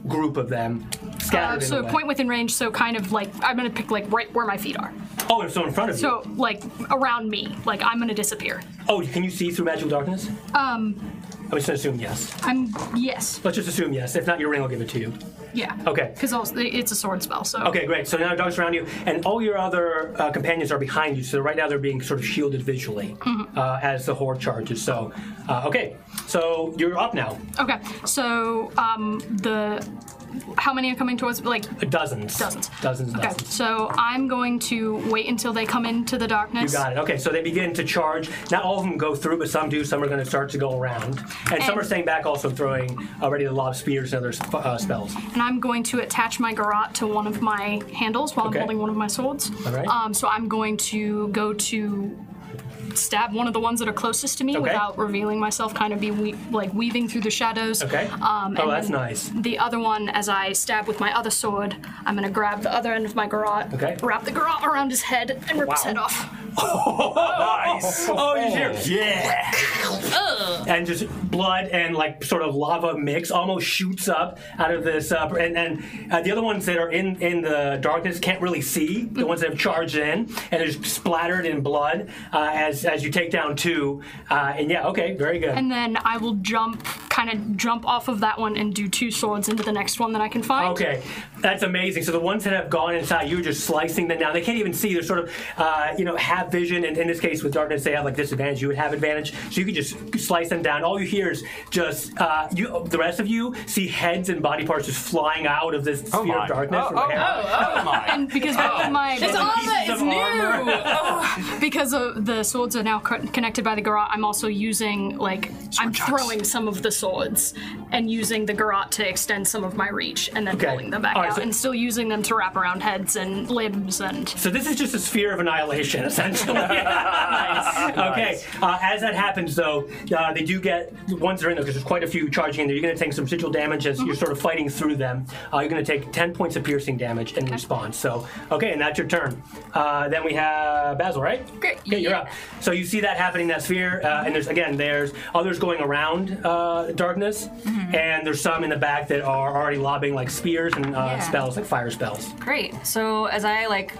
Speaker 1: group of them
Speaker 4: Uh,
Speaker 1: scattered.
Speaker 4: so
Speaker 1: in a way.
Speaker 4: point within range, so kind of like, I'm gonna pick like right where my feet are.
Speaker 1: Oh, and so in front of
Speaker 4: So, like, around me. Like, I'm gonna disappear.
Speaker 1: you. Oh, can you see through magical darkness?
Speaker 4: Um,
Speaker 1: I'm just gonna assume yes.
Speaker 4: I'm, yes.
Speaker 1: Let's just assume yes. If not, your ring will give it to you.
Speaker 4: Yeah.
Speaker 1: Okay.
Speaker 4: Because it's a sword spell, so.
Speaker 1: Okay, great. So now the dogs around you, and all your other uh, companions are behind you. So right now they're being sort of shielded visually
Speaker 4: Mm-hmm.
Speaker 1: uh, as the horde charges. So, uh, okay. So you're up now.
Speaker 4: Okay, so um, the how many are coming towards? Like
Speaker 1: Dozens.
Speaker 4: Dozens.
Speaker 1: Dozens.
Speaker 4: Okay,
Speaker 1: Dozens.
Speaker 4: so I'm going to wait until they come into the
Speaker 1: You
Speaker 4: darkness.
Speaker 1: got it. Okay, so they begin to charge. Not all of them go through, but some do. Some are going to start to go around, and, some
Speaker 4: And-
Speaker 1: are staying back, also throwing uh, ready to lob spears and other sp- uh, spells.
Speaker 4: And I'm going to attach my garrote to one of my handles while
Speaker 1: Okay.
Speaker 4: I'm holding one of my swords.
Speaker 1: All right.
Speaker 4: Um, so I'm going to go to stab one of the ones that are closest to me
Speaker 1: Okay.
Speaker 4: without revealing myself, kind of be we- like weaving through the shadows.
Speaker 1: Okay.
Speaker 4: Um,
Speaker 1: oh,
Speaker 4: and
Speaker 1: that's
Speaker 4: then
Speaker 1: nice.
Speaker 4: The other one, as I stab with my other sword, I'm going to grab the other end of my garrote,
Speaker 1: Okay.
Speaker 4: wrap the garrote around his head, and rip his
Speaker 1: Wow.
Speaker 4: head off.
Speaker 2: Nice. Oh, you hear? Yeah.
Speaker 1: and just blood and like sort of lava mix almost shoots up out of this uh, and then uh, the other ones that are in in the darkness can't really see the ones that have charged in and they're just splattered in blood uh, as as you take down two uh, and yeah okay very good
Speaker 4: And then I will jump, kind of jump off of that one and do two swords into the next one that I can find.
Speaker 1: Okay, that's amazing. So the ones that have gone inside, you're just slicing them down. They can't even see. They're sort of, uh, you know, have vision. And in this case, with darkness, they have like disadvantage. You would have advantage, so you could just slice them down. All you hear is just uh, you. The rest of you see heads and body parts just flying out of this sphere
Speaker 2: my.
Speaker 1: of darkness.
Speaker 2: Oh,
Speaker 1: from
Speaker 2: oh,
Speaker 1: hair.
Speaker 2: Oh my.
Speaker 4: And because both of my
Speaker 6: It's all that
Speaker 1: Pieces
Speaker 6: is
Speaker 1: of
Speaker 6: new.
Speaker 1: armor.
Speaker 6: Oh.
Speaker 4: because of the swords are now co- connected by the garrote, I'm also using like I'm throwing some of the swords and using the garrote to extend some of my reach and then
Speaker 1: Okay.
Speaker 4: pulling them back
Speaker 1: All right,
Speaker 4: out
Speaker 1: so-
Speaker 4: and still using them to wrap around heads and limbs and
Speaker 1: So this is just a sphere of annihilation, essentially. Okay. Uh, as that happens, though, uh, they do get the ones that are in there because there's quite a few charging in there. You're going to take some residual damage as
Speaker 6: Mhm.
Speaker 1: you're sort of fighting through them. Uh, you're going to take ten points of piercing damage in response. So okay, and that's your turn. Uh, then we have Basil, right?
Speaker 6: Great,
Speaker 1: Okay, you're
Speaker 6: yeah.
Speaker 1: up. So you see that happening, that sphere, uh, and there's again, there's others going around uh, darkness,
Speaker 6: Mm-hmm.
Speaker 1: and there's some in the back that are already lobbing like spears and uh,
Speaker 6: Yeah.
Speaker 1: spells, like fire spells.
Speaker 6: Great. So as I like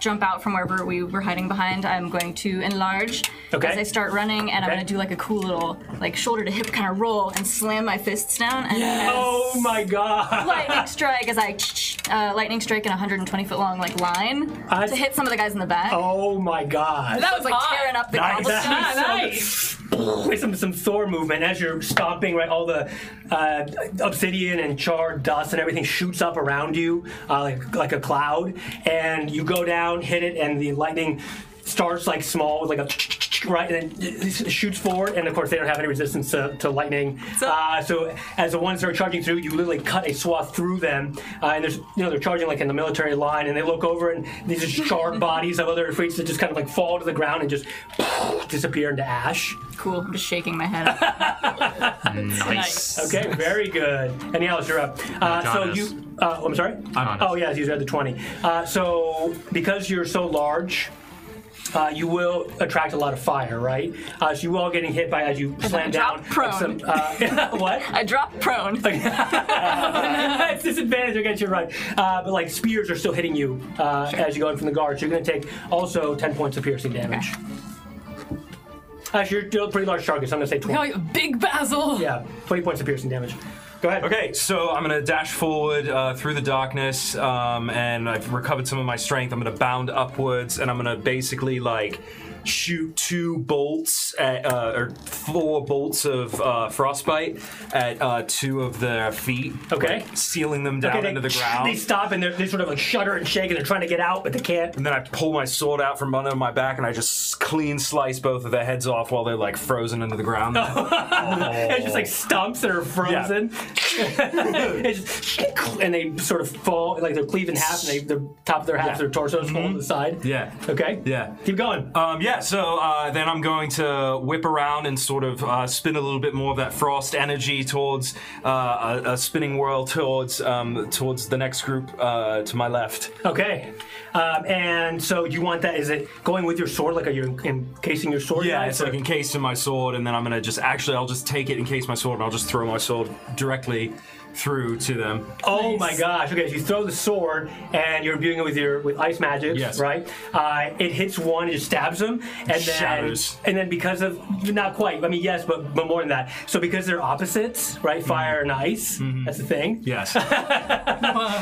Speaker 6: jump out from wherever we were hiding behind, I'm going to enlarge
Speaker 1: Okay.
Speaker 6: as I start running, and I'm
Speaker 1: Okay.
Speaker 6: going to do like a cool little like shoulder to hip kind of roll and slam my fists down and
Speaker 1: Oh my god!
Speaker 6: lightning strike as I uh, lightning strike in a 120 foot long like line
Speaker 1: I-
Speaker 6: to hit some of the guys in the back.
Speaker 1: Oh my god.
Speaker 6: That was like tearing up the
Speaker 2: Nice.
Speaker 6: cobblestone.
Speaker 1: That with some some Thor movement as you're stomping, right? All the uh, obsidian and charred dust and everything shoots up around you uh, like like a cloud, and you go down, hit it, and the lightning starts like small with like a right, and then it shoots forward, and of course they don't have any resistance to, to lightning. Uh, so as the ones that are charging through, you literally cut a swath through them, uh, and there's you know they're charging like in the military line, and they look over and these are charred bodies of other freaks that just kind of like fall to the ground and just disappear into ash.
Speaker 6: Cool. I'm just shaking my head.
Speaker 3: Nice.
Speaker 1: Okay, very good. And else you're up. Uh, so
Speaker 3: John is.
Speaker 1: you, uh, I'm sorry.
Speaker 3: I'm
Speaker 1: oh yes, he's at the 20. Uh, so because you're so large. Uh, you will attract a lot of fire, right? Uh, so you all getting hit by as you slam down.
Speaker 6: drop prone.
Speaker 1: Some, uh, what?
Speaker 6: I drop prone.
Speaker 1: it's disadvantage against your right. Uh, but like spears are still hitting you uh, as you go in from the guards. You're going to take also 10 points of piercing damage. Actually, you're still a pretty large target, so I'm going to say 20.
Speaker 5: Oh, you big Basil.
Speaker 1: Yeah, 20 points of piercing damage. Go ahead.
Speaker 2: Okay, so I'm gonna dash forward uh, through the darkness, um, and I've recovered some of my strength. I'm gonna bound upwards, and I'm gonna basically like shoot two bolts at, uh, or four bolts of uh, frostbite at uh, two of their feet.
Speaker 1: Okay.
Speaker 2: like, sealing them down
Speaker 1: Okay, they-
Speaker 2: into the ground.
Speaker 1: They stop and they're, they sort of like shudder and shake and they're trying to get out, but they can't.
Speaker 2: And then I pull my sword out from under my back and I just clean slice both of their heads off while they're like frozen into the ground.
Speaker 1: It's just like stumps that are frozen. it's just, and they sort of fall, like they're cleaved in half, and they, the top of their half,
Speaker 2: Yeah. Mm-hmm.
Speaker 1: their torsos fall to the side.
Speaker 2: Yeah.
Speaker 1: Okay.
Speaker 2: Yeah.
Speaker 1: Keep going.
Speaker 2: Um, yeah, so uh, then I'm going to whip around and sort of uh, spin a little bit more of that frost energy towards uh, a, a spinning whirl towards um, towards the next group uh, to my left.
Speaker 1: Okay. Um, and so you want that? Is it going with your sword? Like are you encasing your sword?
Speaker 2: Yeah,
Speaker 1: knife,
Speaker 2: it's
Speaker 1: or-
Speaker 2: like encased in my sword, and then I'm gonna just actually I'll just take it, encase my sword, and I'll just throw my sword directly through to them.
Speaker 1: Oh my gosh! Okay, so you throw the sword and you're imbuing it with your with ice magic,
Speaker 2: Yes.
Speaker 1: right? Uh, it hits one, it just stabs them, and then
Speaker 2: Shatters.
Speaker 1: and then because of not quite. I mean, yes, but but more than that. So because they're opposites, right?
Speaker 2: Mm-hmm.
Speaker 1: Fire and ice. That's the thing.
Speaker 2: Yes.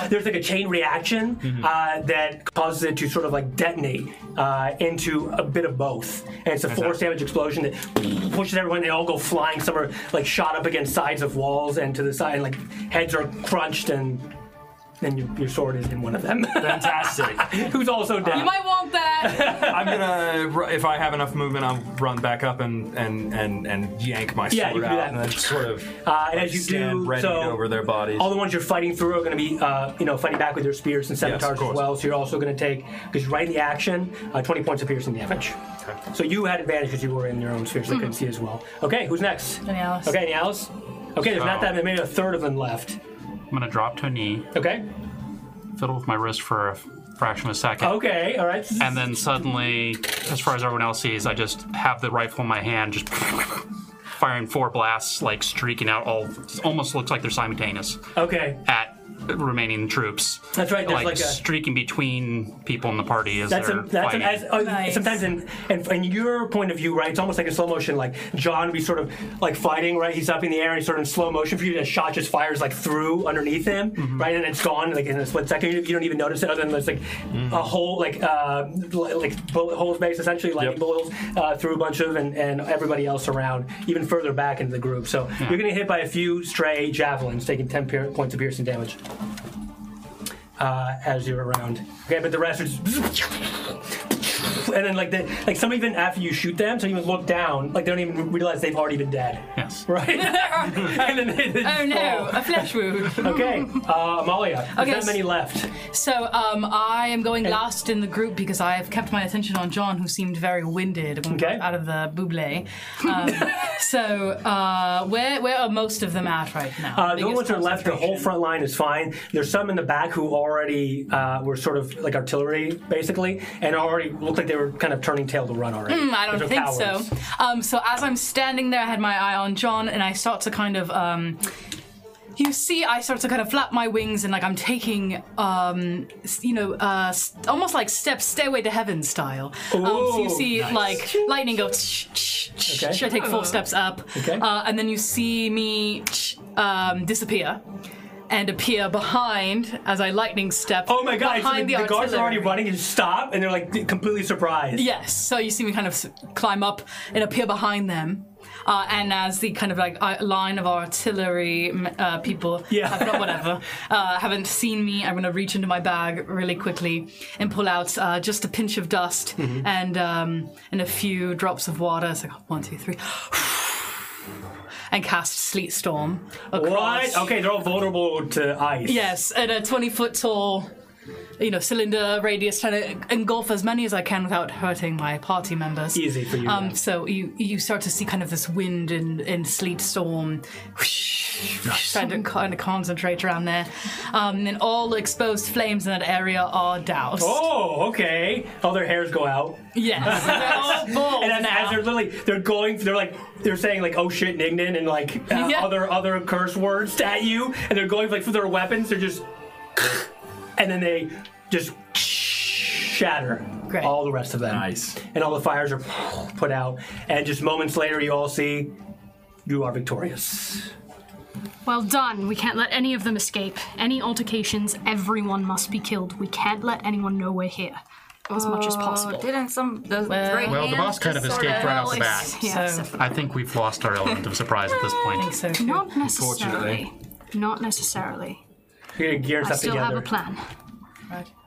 Speaker 1: There's like a chain reaction
Speaker 2: Mm-hmm.
Speaker 1: uh, that causes it to sort of like detonate uh, into a bit of both, and it's a force damage explosion that pushes everyone. They all go flying. Some are like shot up against sides of walls and to the side. Like heads are crunched and and your, your sword is in one of them,
Speaker 2: Fantastic.
Speaker 1: who's also dead.
Speaker 5: You might want that.
Speaker 2: I'm gonna, ru- if I have enough movement, I'll run back up and and and, and yank my
Speaker 1: Yeah, you
Speaker 2: sword
Speaker 1: can do
Speaker 2: out
Speaker 1: that.
Speaker 2: and then sort of
Speaker 1: Uh, and
Speaker 2: like,
Speaker 1: as you
Speaker 2: stand
Speaker 1: do,
Speaker 2: ready
Speaker 1: so
Speaker 2: over their bodies.
Speaker 1: all the ones you're fighting through are going to be, uh, you know, fighting back with your spears and
Speaker 2: of
Speaker 1: scimitars as
Speaker 2: course.
Speaker 1: well. So you're also going to take, because you're right in the action, uh, 20 points of piercing damage.
Speaker 2: Okay.
Speaker 1: So you had advantage because you were in your own sphere, so you couldn't see as well. Okay, who's next?
Speaker 5: Hmm. Any Alice?
Speaker 1: Okay, any Alice? Okay, there's not
Speaker 2: Oh.
Speaker 1: that many, maybe a third of them left.
Speaker 3: I'm gonna drop to a knee,
Speaker 1: Okay,
Speaker 3: fiddle with my wrist for a f- fraction of a second,
Speaker 1: okay, all right.
Speaker 3: and then suddenly, as far as everyone else sees, I just have the rifle in my hand, just firing four blasts, like streaking out all. Almost looks like they're simultaneous
Speaker 1: Okay,
Speaker 3: at remaining troops.
Speaker 1: that's right. There's
Speaker 3: Like,
Speaker 1: like, a.
Speaker 3: streaking between people in the party as
Speaker 1: That's
Speaker 3: they're
Speaker 1: a, that's a,
Speaker 3: fighting.
Speaker 1: as, uh,
Speaker 5: Nice.
Speaker 1: sometimes in, in in your point of view, right? It's almost like in slow motion. Like John would be sort of like fighting, right? He's up in the air, and he's sort of in slow motion for you. And a shot just fires like through underneath him, right? And it's gone like in a split second. You, you don't even notice it, other than there's like a hole, like uh, li- like bullet holes, based essentially lightning
Speaker 2: Yep.
Speaker 1: bullets uh, through a bunch of and, and everybody else around, even further back into the group. So you're getting hit by a few stray javelins, taking ten pier- points of piercing damage. Uh, as you're around, okay, but the rest are just and then like they, like some even after you shoot them, some even look down, like they don't even realize they've already been dead,
Speaker 3: yes.
Speaker 1: right? and then they, they just
Speaker 5: Oh no,
Speaker 1: fall.
Speaker 5: a flesh wound.
Speaker 1: Okay, uh, Amalia, there's
Speaker 5: Okay,
Speaker 1: not many
Speaker 5: s-
Speaker 1: left.
Speaker 5: So um, I am going last in the group because I have kept my attention on John, who seemed very winded when we
Speaker 1: Okay.
Speaker 5: got out of the buble. Um, so uh, where where are most of them at right now?
Speaker 1: Uh, the
Speaker 5: Biggest
Speaker 1: ones that are left, the whole
Speaker 5: concentration.
Speaker 1: front line is fine. There's some in the back who already uh, were sort of like artillery, basically, and already looked like they were kind of turning tail to run already.
Speaker 5: Hmm, Mm, I don't
Speaker 1: Those are
Speaker 5: think
Speaker 1: cowards.
Speaker 5: so. Um, so as I'm standing there, I had my eye on John, and I start to kind of. Um, you see, I start to kind of flap my wings, and like I'm taking, um, s- you know, uh, s- almost like steps, stairway to heaven style. um, so you
Speaker 1: Ooh,
Speaker 5: see,
Speaker 1: nice.
Speaker 5: like lightning go. tsh, tsh, tsh,
Speaker 1: Okay.
Speaker 5: tsh. I take four steps up,
Speaker 1: Okay.
Speaker 5: uh, and then you see me tsh, um, disappear. And appear behind as I lightning step.
Speaker 1: Oh my god! so the,
Speaker 5: Behind
Speaker 1: the, guards are already
Speaker 5: artillery.
Speaker 1: running and stop, and they're like completely surprised.
Speaker 5: Yes. So you see me kind of s- climb up and appear behind them. Uh, and as the kind of like uh, line of artillery m- uh, people
Speaker 1: Yeah.
Speaker 5: have not, whatever, uh, haven't seen me, I'm going to reach into my bag really quickly and pull out uh, just a pinch of dust
Speaker 1: Mm-hmm.
Speaker 5: and um, and a few drops of water. It's like one, two, three. And cast Sleet Storm across.
Speaker 1: What? Okay, they're all vulnerable to ice.
Speaker 5: Yes, and a 20 foot tall, you know, cylinder radius, trying to engulf as many as I can without hurting my party members.
Speaker 1: Easy for you,
Speaker 5: Um,
Speaker 1: yeah.
Speaker 5: So you you start to see kind of this wind and, and sleet storm, trying to kind of concentrate around there, um, and all exposed flames in that area are doused.
Speaker 1: Oh, okay. All their hairs go out.
Speaker 5: Yes, they're all bald
Speaker 1: and as,
Speaker 5: now.
Speaker 1: as they're literally they're going they're like they're saying like oh shit nignan and like uh,
Speaker 5: Yeah.
Speaker 1: other other curse words at you and they're going like for their weapons they're just and then they just shatter
Speaker 5: Great.
Speaker 1: all the rest of them
Speaker 2: Nice.
Speaker 1: and all the fires are put out and just moments later you all see you are victorious
Speaker 4: Well done. We can't let any of them escape. Any altercations, everyone must be killed. We can't let anyone know we're here. As much as
Speaker 1: Oh,
Speaker 4: possible.
Speaker 6: Didn't some the right
Speaker 3: Well, the
Speaker 6: hand
Speaker 3: boss kind of
Speaker 6: just sort
Speaker 3: escaped right off the bat.
Speaker 4: Yeah,
Speaker 5: So-
Speaker 4: so-
Speaker 3: I think we've lost our element of surprise at this point.
Speaker 5: so too.
Speaker 4: not necessarily. Not necessarily.
Speaker 1: you're gonna gear
Speaker 4: I
Speaker 1: stuff
Speaker 4: still
Speaker 1: together
Speaker 4: have a plan.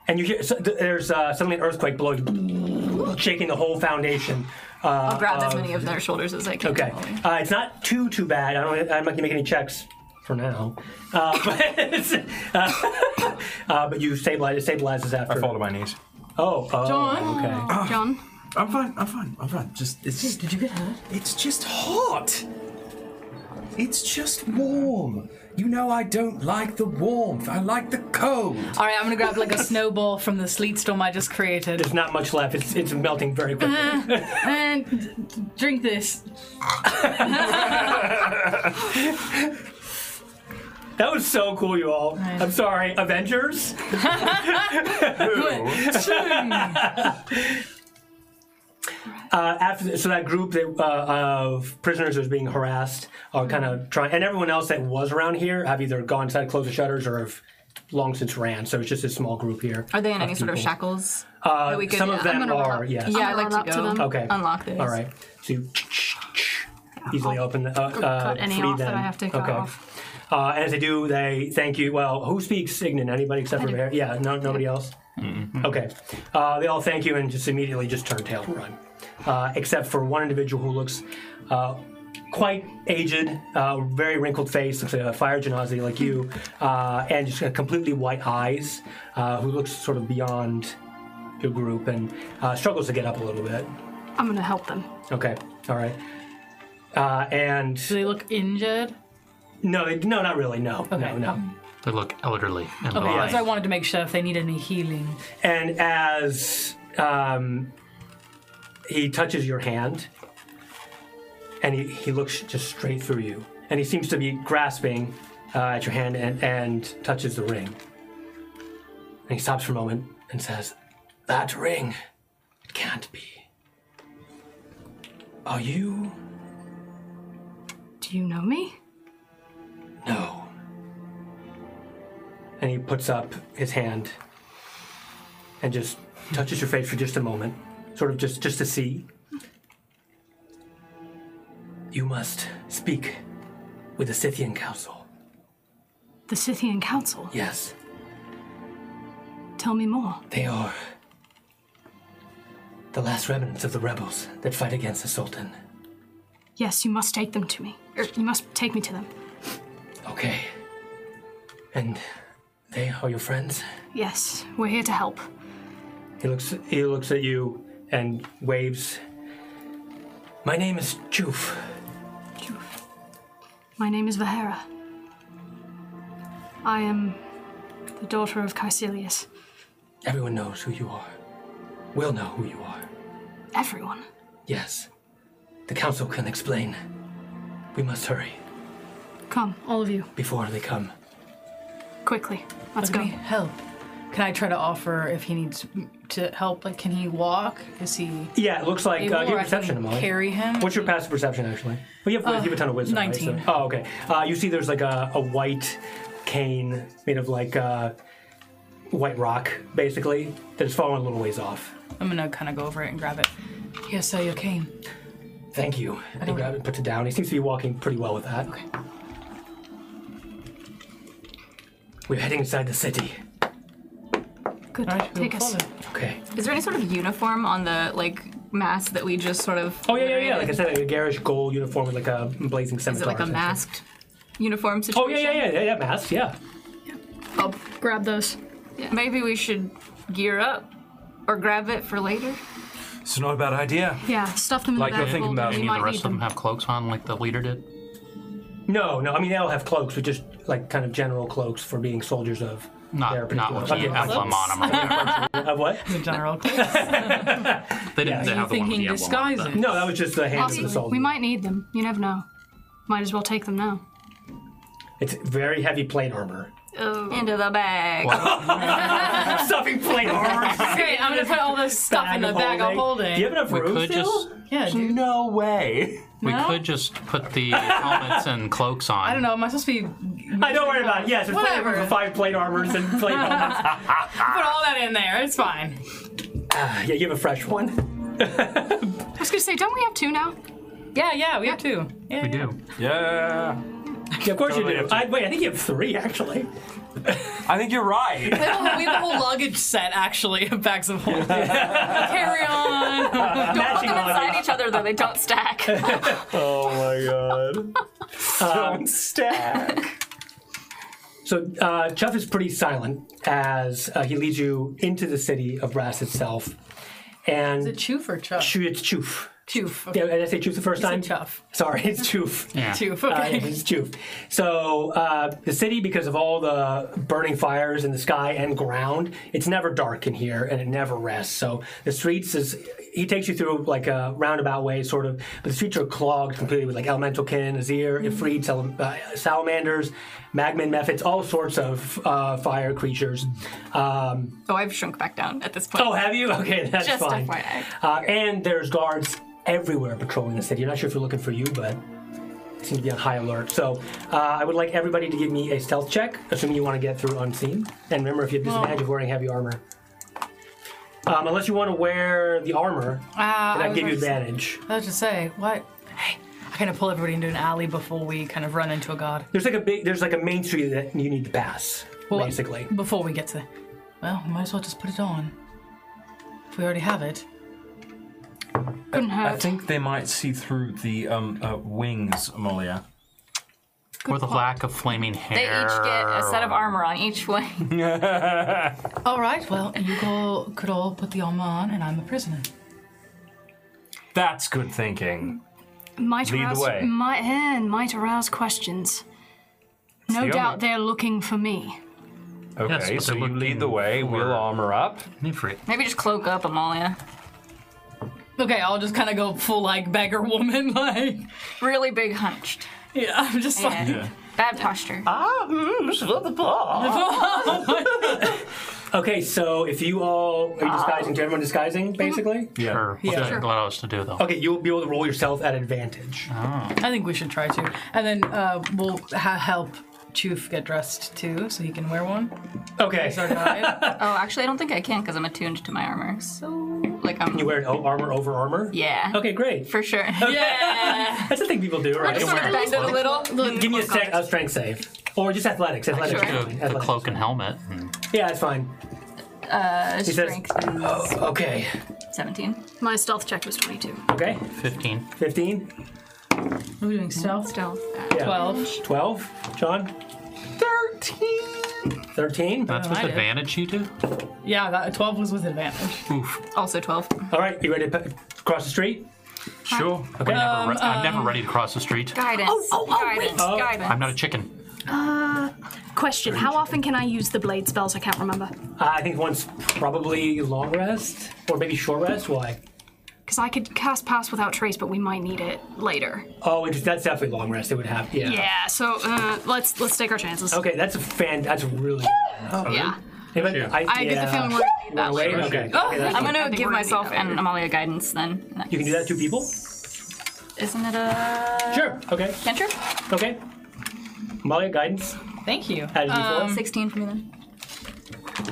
Speaker 1: and you hear so, th- there's uh, suddenly an earthquake blowing shaking the whole foundation
Speaker 6: I'll grab as many of their shoulders as I can.
Speaker 1: Uh, um, Okay, uh, it's not too too bad. I don't. I'm not gonna make any checks for now. Uh, but, it's- uh, uh, but you stabilize. It stabilizes after.
Speaker 2: I fall to my knees.
Speaker 1: Oh, oh,
Speaker 5: John?
Speaker 1: Okay.
Speaker 4: John?
Speaker 7: I'm fine. I'm fine. I'm fine. Just it's just. Did you get hurt? It's just hot. It's just warm. You know I don't like the warmth. I like the cold.
Speaker 5: All right, I'm gonna grab like a snowball from the sleet storm I just created
Speaker 1: There's not much left. It's it's melting very quickly.
Speaker 5: and d- d- drink this.
Speaker 1: That was so cool, you all. I'm sorry, Avengers. uh, after so that group that, uh, of prisoners that was being harassed are kind of trying, and everyone else that was around here have either gone inside, closed the shutters, or have long since ran. So it's just a small group here.
Speaker 6: Are they in any sort of shackles? Uh, we could,
Speaker 1: some of
Speaker 6: I'm
Speaker 1: them
Speaker 6: gonna roll
Speaker 1: are,
Speaker 6: up.
Speaker 1: yes.
Speaker 6: Yeah,
Speaker 4: I'm
Speaker 6: I'd
Speaker 4: gonna
Speaker 6: like to
Speaker 4: roll up
Speaker 6: go.
Speaker 4: to them.
Speaker 1: Okay.
Speaker 6: Unlock this.
Speaker 1: All right. So you easily open the. Uh, uh,
Speaker 4: cut any
Speaker 1: free
Speaker 4: off that
Speaker 1: them.
Speaker 4: I have to cut
Speaker 1: okay.
Speaker 4: off.
Speaker 1: Uh, as they do, they thank you. Well, who speaks Signan? Anybody except for Bear? Yeah, no, nobody else. Okay, uh, they all thank you and just immediately just turn tail and run, uh, except for one individual who looks uh, quite aged, uh, very wrinkled face, looks like a fire genasi like you,
Speaker 4: Hmm.
Speaker 1: uh, and just got completely white eyes, uh, who looks sort of beyond your group and uh, struggles to get up a little bit.
Speaker 4: I'm gonna help them.
Speaker 1: Okay, all right. Uh, and
Speaker 5: Do they look injured?
Speaker 1: no, they- no, not really. No, no, no.
Speaker 3: They look elderly and
Speaker 5: Okay,
Speaker 3: alive.
Speaker 5: so I wanted to make sure if they need any healing.
Speaker 1: and as um, he touches your hand and he, he looks just straight through you and he seems to be grasping uh, at your hand and, and touches the ring and he stops for a moment and says that ring it can't be are you
Speaker 4: Do you know me?
Speaker 1: no and he puts up his hand and just touches your face for just a moment, sort of just just to see. You must speak with the Scythian Council.
Speaker 4: The Scythian Council.
Speaker 1: Yes,
Speaker 4: Tell me more.
Speaker 1: they are the last remnants of the rebels that fight against the Sultan.
Speaker 4: Yes, you must take them to me. Er, you must take me to them.
Speaker 1: Okay. And they are your friends?
Speaker 4: Yes, we're here to help.
Speaker 1: He looks he looks at you and waves. My name is Juf.
Speaker 4: My name is Vahera. I am the daughter of Caecilius.
Speaker 1: Everyone knows who you are. We'll know who you are.
Speaker 4: Everyone.
Speaker 1: Yes. The council can explain. We must hurry
Speaker 4: Come, all of you,
Speaker 1: before they come.
Speaker 4: quickly. Let's
Speaker 5: Let's go.
Speaker 4: go.
Speaker 5: Help. Can I try to offer if he needs m- to help? Like, can he walk? Is he
Speaker 1: Yeah, it looks like
Speaker 5: able?
Speaker 1: uh,
Speaker 5: or
Speaker 1: your
Speaker 5: I can
Speaker 1: perception, Molly.
Speaker 5: carry him?
Speaker 1: What's your passive perception, actually? Well, you have, you have a ton of wisdom. right? So-
Speaker 5: 19.
Speaker 1: oh, okay. Uh, you see, there's like a, a white cane made of like uh, white rock, basically, that is falling a little ways off.
Speaker 5: I'm gonna kind of go over it and grab it. Yes, sir, you came.
Speaker 1: Thank you. And he grabs it, puts it down. He seems to be walking pretty well with that. Okay. We're heading inside the city.
Speaker 4: Good.
Speaker 5: All right, we
Speaker 4: Take
Speaker 5: will
Speaker 4: us.
Speaker 5: follow.
Speaker 1: Okay.
Speaker 6: Is there any sort of uniform on the like mask that we just sort of?
Speaker 1: Oh yeah, yeah, yeah. Like I said, like a garish gold uniform with like a blazing
Speaker 6: Is
Speaker 1: scimitar.
Speaker 6: it like
Speaker 1: or
Speaker 6: a
Speaker 1: something.
Speaker 6: masked uniform
Speaker 1: Oh
Speaker 6: situation?
Speaker 1: yeah, yeah, yeah, yeah, yeah. Mask. Yeah.
Speaker 6: Oh,
Speaker 4: Grab those.
Speaker 6: Maybe we should gear up or grab it for later.
Speaker 2: It's not a bad idea.
Speaker 4: Yeah, stuff them in
Speaker 2: Like,
Speaker 4: the
Speaker 2: you're
Speaker 4: bag.
Speaker 2: thinking
Speaker 4: we'll-
Speaker 2: about
Speaker 4: we
Speaker 2: any
Speaker 3: Any of
Speaker 4: might
Speaker 3: the
Speaker 4: need
Speaker 3: rest of them have cloaks on, like the leader did?
Speaker 1: No, no. I mean, they all have cloaks, but just like kind of general cloaks for being soldiers of. their
Speaker 3: Not, not
Speaker 1: particular-
Speaker 3: what you
Speaker 1: Okay,
Speaker 3: have them on. I'm aware.
Speaker 1: Of what?
Speaker 5: In general,
Speaker 3: They didn't
Speaker 5: you
Speaker 3: have the one with
Speaker 5: thinking
Speaker 3: the emblem on it,
Speaker 5: disguises?
Speaker 1: No, that was just the hand of the
Speaker 4: Possibly.
Speaker 1: soldier.
Speaker 4: We might need them. You never know. Might as well take them now.
Speaker 1: It's very heavy plate armor.
Speaker 3: Oh.
Speaker 6: Into the bag.
Speaker 1: Stuffing plate armor.
Speaker 5: Great, I'm gonna put all this stuff in the bag I'm holding.
Speaker 1: Do you have enough
Speaker 3: We
Speaker 1: room
Speaker 3: could
Speaker 1: still?
Speaker 3: just
Speaker 5: Yeah, dude.
Speaker 2: No way.
Speaker 3: we could just put the helmets and cloaks on.
Speaker 5: I don't know. Am I supposed to be
Speaker 1: I don't worry about it. Yes, there's plenty of room
Speaker 5: Whatever.
Speaker 1: for five plate armors and plate helmets.
Speaker 5: put all that in there? It's fine.
Speaker 1: yeah, you have a fresh one.
Speaker 4: I was gonna say, don't we have two now?
Speaker 5: Yeah, yeah, we have two. Yeah,
Speaker 3: We do.
Speaker 2: Yeah.
Speaker 1: Yeah, of course
Speaker 2: Totally
Speaker 1: you
Speaker 2: have
Speaker 1: do. I,
Speaker 2: to.
Speaker 1: wait, I think you have three actually.
Speaker 2: I think you're right.
Speaker 5: We have, a whole, we have a whole luggage set actually of bags of holding. Carry on.
Speaker 1: Matching
Speaker 6: Put them
Speaker 1: luggage.
Speaker 6: inside each other though, they don't stack.
Speaker 2: oh my god. Don't stack.
Speaker 1: Um, So uh, Chuff is pretty silent as uh, he leads you into the city of Brass itself, and
Speaker 5: The chew for chuff.
Speaker 1: Chu- it's Chuf.
Speaker 5: Choof. Okay.
Speaker 1: Yeah, did I say Chuf the first time?
Speaker 5: Chuff.
Speaker 1: Sorry, it's Chuf.
Speaker 3: Yeah.
Speaker 5: Choof.
Speaker 1: Uh,
Speaker 5: Okay.
Speaker 1: it's Chuf. So uh, the city, because of all the burning fires in the sky and ground, it's never dark in here, and it never rests. So the streets is he takes you through like a roundabout way, sort of, but the streets are clogged completely with like elemental kin, Azir, Ifrit, sal- uh, salamanders, magman methods, all sorts of uh, fire creatures. Um,
Speaker 6: oh, I've shrunk back down at this point.
Speaker 1: Oh, have you? Okay, that's
Speaker 6: Just
Speaker 1: fine.
Speaker 6: FYI.
Speaker 1: Uh, and there's guards everywhere patrolling the city. I'm not sure if they're looking for you, but they seem to be on high alert. So uh, I would like everybody to give me a stealth check, assuming you want to get through unseen. And remember, if you have disadvantage of wearing heavy armor, um, unless you want to wear the armor,
Speaker 5: Ah,
Speaker 1: then
Speaker 5: I
Speaker 1: I
Speaker 5: was
Speaker 1: give you
Speaker 5: about to say-
Speaker 1: advantage.
Speaker 5: I was just say, what? Hey, I kind of pull everybody into an alley before we kind of run into a guard.
Speaker 1: There's like a big, there's like a main street that you need to pass, basically.
Speaker 5: Before we get to. Well, we might as well just put it on. If we already have it.
Speaker 4: Couldn't
Speaker 2: I
Speaker 4: hurt.
Speaker 2: think they might see through the um, uh, wings, Amalia.
Speaker 3: Or the lack of flaming hair.
Speaker 6: They each get a set of armor on each wing.
Speaker 5: All right, well, you all could all put the armor on, and I'm a prisoner.
Speaker 2: That's good thinking.
Speaker 4: Might
Speaker 2: Lead the
Speaker 4: arouse,
Speaker 2: way.
Speaker 4: Might, yeah, and might arouse questions. No
Speaker 2: the
Speaker 4: doubt
Speaker 2: only-
Speaker 4: they're looking for me.
Speaker 3: Yes,
Speaker 2: Okay,
Speaker 3: but
Speaker 2: so
Speaker 3: they're
Speaker 2: you
Speaker 3: looking
Speaker 2: lead the way. We'll
Speaker 3: for-
Speaker 2: armor up.
Speaker 3: Need for it.
Speaker 6: Maybe just cloak up, Amalia.
Speaker 5: Okay, I'll just kind of go full like beggar woman, like
Speaker 6: Really big hunched.
Speaker 5: yeah. I'm just like
Speaker 6: Yeah. Bad posture.
Speaker 2: Ah.
Speaker 1: Okay, so if you all are you disguising, to everyone disguising, basically.
Speaker 2: Yeah.
Speaker 3: Sure. What
Speaker 5: Yeah.
Speaker 3: does it allow us to do, though?
Speaker 1: Okay, you'll be able to roll yourself at advantage.
Speaker 5: I think we should try to, and then uh, we'll ha- help Choof get dressed too, so he can wear one.
Speaker 1: Okay,
Speaker 5: Our guide.
Speaker 6: Oh, actually, I don't think I can because I'm attuned to my armor. So, like, I'm.
Speaker 1: you wear an o- armor over armor.
Speaker 6: Yeah.
Speaker 1: Okay, great.
Speaker 6: For sure. Yeah.
Speaker 1: That's the thing people do, right?
Speaker 6: Just sort of bend it a little.
Speaker 1: Give me a, sec, a strength save, or just athletics. Athletics.
Speaker 6: Sure.
Speaker 1: fine,
Speaker 3: The, the
Speaker 1: athletics.
Speaker 3: cloak and helmet.
Speaker 1: Yeah, it's fine.
Speaker 6: Uh,
Speaker 1: He says,
Speaker 6: strength
Speaker 1: oh, okay,
Speaker 6: 17.
Speaker 4: My stealth check was 22.
Speaker 1: okay,
Speaker 3: 15.
Speaker 1: fifteen.
Speaker 5: We're doing stealth.
Speaker 6: Still.
Speaker 1: Yeah.
Speaker 5: Twelve.
Speaker 1: 12, John? 13. 13?
Speaker 3: That's with
Speaker 5: I did.
Speaker 3: advantage, you do?
Speaker 5: Yeah, that twelve was with advantage.
Speaker 6: Also 12.
Speaker 1: All right, you ready to pe- cross the street?
Speaker 3: Sure. Okay. never re- I'm never ready to cross the street.
Speaker 6: Guidance. Oh, oh, oh, Guidance. Guidance.
Speaker 3: I'm not a chicken.
Speaker 4: Question How often can I use the blade spells? I can't remember.
Speaker 1: Uh, I think one's probably long rest, or maybe short rest. Why?
Speaker 4: Because I could cast Pass Without Trace, but we might need it later.
Speaker 1: Oh, it's, that's definitely long rest. It would have, yeah.
Speaker 4: Yeah, so uh, let's let's take our chances.
Speaker 1: Okay, that's a fan. That's really.
Speaker 4: Yeah.
Speaker 1: Hey, but I,
Speaker 4: I get the
Speaker 1: yeah.
Speaker 4: feeling we're gonna need that
Speaker 1: Wait,
Speaker 4: later.
Speaker 1: okay. okay, that's
Speaker 6: Oh, I'm
Speaker 1: fine.
Speaker 4: I
Speaker 6: gonna
Speaker 4: think
Speaker 6: give
Speaker 4: we're gonna
Speaker 6: myself
Speaker 4: need that
Speaker 6: and
Speaker 4: later.
Speaker 6: Amalia guidance then.
Speaker 1: You can do that two people?
Speaker 6: Isn't it a
Speaker 1: Sure. Okay.
Speaker 6: cantrip?
Speaker 1: Okay. Molly, guidance.
Speaker 5: Thank you.
Speaker 1: Add a d4.
Speaker 6: 16 for me then.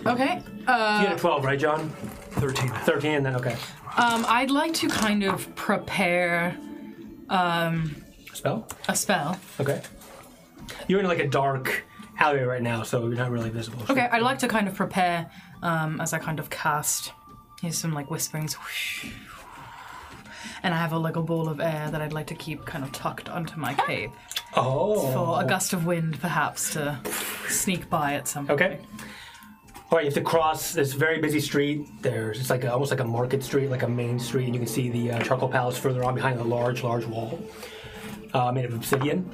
Speaker 5: Okay. Uh,
Speaker 1: you had a 12, right, John?
Speaker 2: 13.
Speaker 1: 13 and then, okay.
Speaker 5: um, I'd like to kind of prepare
Speaker 1: Spell?
Speaker 5: a spell.
Speaker 1: Okay. You're in like a dark alleyway right now, so you're not really visible.
Speaker 5: Okay, I'd like to kind of prepare um, as I kind of cast. Here's some like whisperings. whoosh. And I have a like a ball of air that I'd like to keep kind of tucked under my cape
Speaker 1: Oh.
Speaker 5: for a gust of wind, perhaps to sneak by at some point.
Speaker 1: Okay. All right, you have to cross this very busy street. There's it's like a, almost like a market street, like a main street, and you can see the uh, charcoal palace further on behind a large, large wall uh, made of obsidian.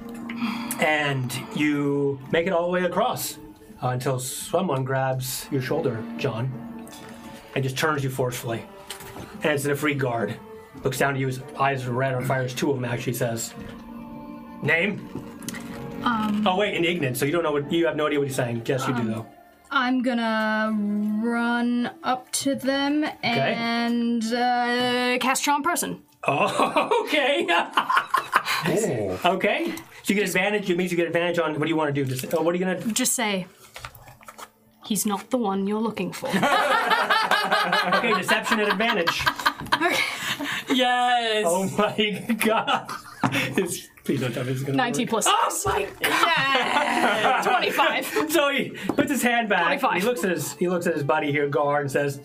Speaker 1: And you make it all the way across uh, until someone grabs your shoulder, John, and just turns you forcefully. And it's a free guard. Looks down at you, his eyes are red on fire. There's two of them actually. Says, "Name." Um, oh wait, in ignorance, so you don't know what you have no idea what he's saying. Yes, you do though.
Speaker 4: I'm gonna run up to them and uh, cast Charm Person.
Speaker 1: Oh, okay.
Speaker 3: Oh.
Speaker 1: okay. So you get advantage. It means you get advantage on what do you want to do? Just, oh, what are you gonna?
Speaker 4: Just say, he's not the one you're looking for.
Speaker 1: Okay, deception at advantage.
Speaker 5: Yes.
Speaker 1: Oh my god. This, please don't tell me this is gonna.
Speaker 4: 19
Speaker 1: work.
Speaker 4: plus.
Speaker 1: Oh my god.
Speaker 4: 25.
Speaker 1: So he puts his hand back.
Speaker 4: 25.
Speaker 1: He looks at his he looks at his buddy here, guard, and says,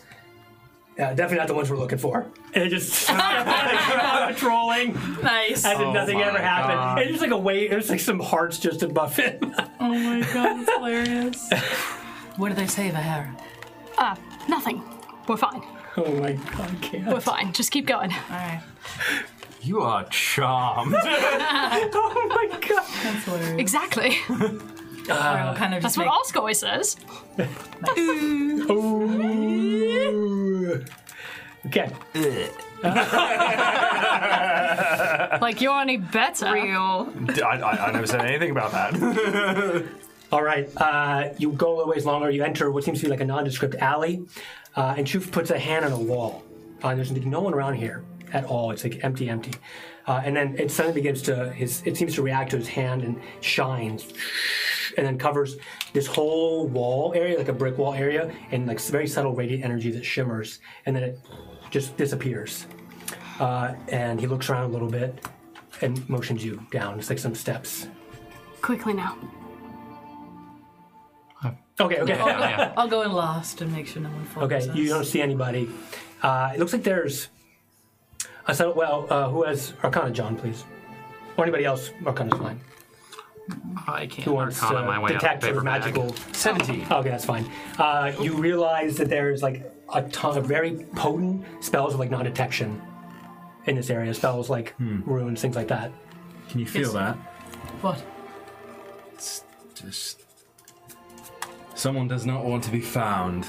Speaker 1: "Yeah, definitely not the ones we're looking for." And it just trolling
Speaker 5: nice.
Speaker 1: as if nothing
Speaker 3: Oh my
Speaker 1: ever happened.
Speaker 3: God.
Speaker 1: It's just like a wave. There's like some hearts just above it.
Speaker 5: Oh my god, that's hilarious. what do they say, Vahara?
Speaker 4: Ah, nothing. We're fine.
Speaker 1: oh my god, chaos.
Speaker 4: We're fine. Just keep going.
Speaker 5: All right.
Speaker 2: You are charmed.
Speaker 1: Oh my god.
Speaker 5: That's hilarious.
Speaker 4: Exactly.
Speaker 5: I'll kind of
Speaker 4: That's
Speaker 5: just
Speaker 4: what
Speaker 5: make,
Speaker 4: Osk always says.
Speaker 1: Ooh. Okay.
Speaker 4: Like, you're any better.
Speaker 6: Real.
Speaker 2: I, I, I never said anything about that.
Speaker 1: All right. Uh, you go a little ways longer. You enter what seems to be like a nondescript alley, uh, and Chuf puts a hand on a wall. Uh, there's no one around here at all. It's like empty, empty. Uh, and then it suddenly begins to his. It seems to react to his hand and shines, and then covers this whole wall area, like a brick wall area, in like very subtle radiant energy that shimmers, and then it just disappears. Uh, and he looks around a little bit, and motions you down. It's like some steps.
Speaker 4: Quickly now.
Speaker 1: Okay,
Speaker 3: Oh,
Speaker 1: okay.
Speaker 3: yeah.
Speaker 5: I'll go in last and make sure no one follows
Speaker 1: Okay,
Speaker 5: us.
Speaker 1: you don't see anybody. Uh, it looks like there's. I said, well, uh, who has Arcana, John, please? Or anybody else? Arcana's fine.
Speaker 3: I can't
Speaker 1: Who wants
Speaker 3: arcana
Speaker 1: uh,
Speaker 3: my way out of
Speaker 1: detect
Speaker 3: the
Speaker 1: sort
Speaker 3: paper
Speaker 1: of magical?
Speaker 2: Seventeen.
Speaker 1: Okay, that's fine. Uh, you realize that there's like a ton of very potent spells of like non-detection in this area. Spells like
Speaker 3: Hmm.
Speaker 1: runes, things like that.
Speaker 7: Can you feel that?
Speaker 5: What?
Speaker 7: Just. Someone does not want to be found.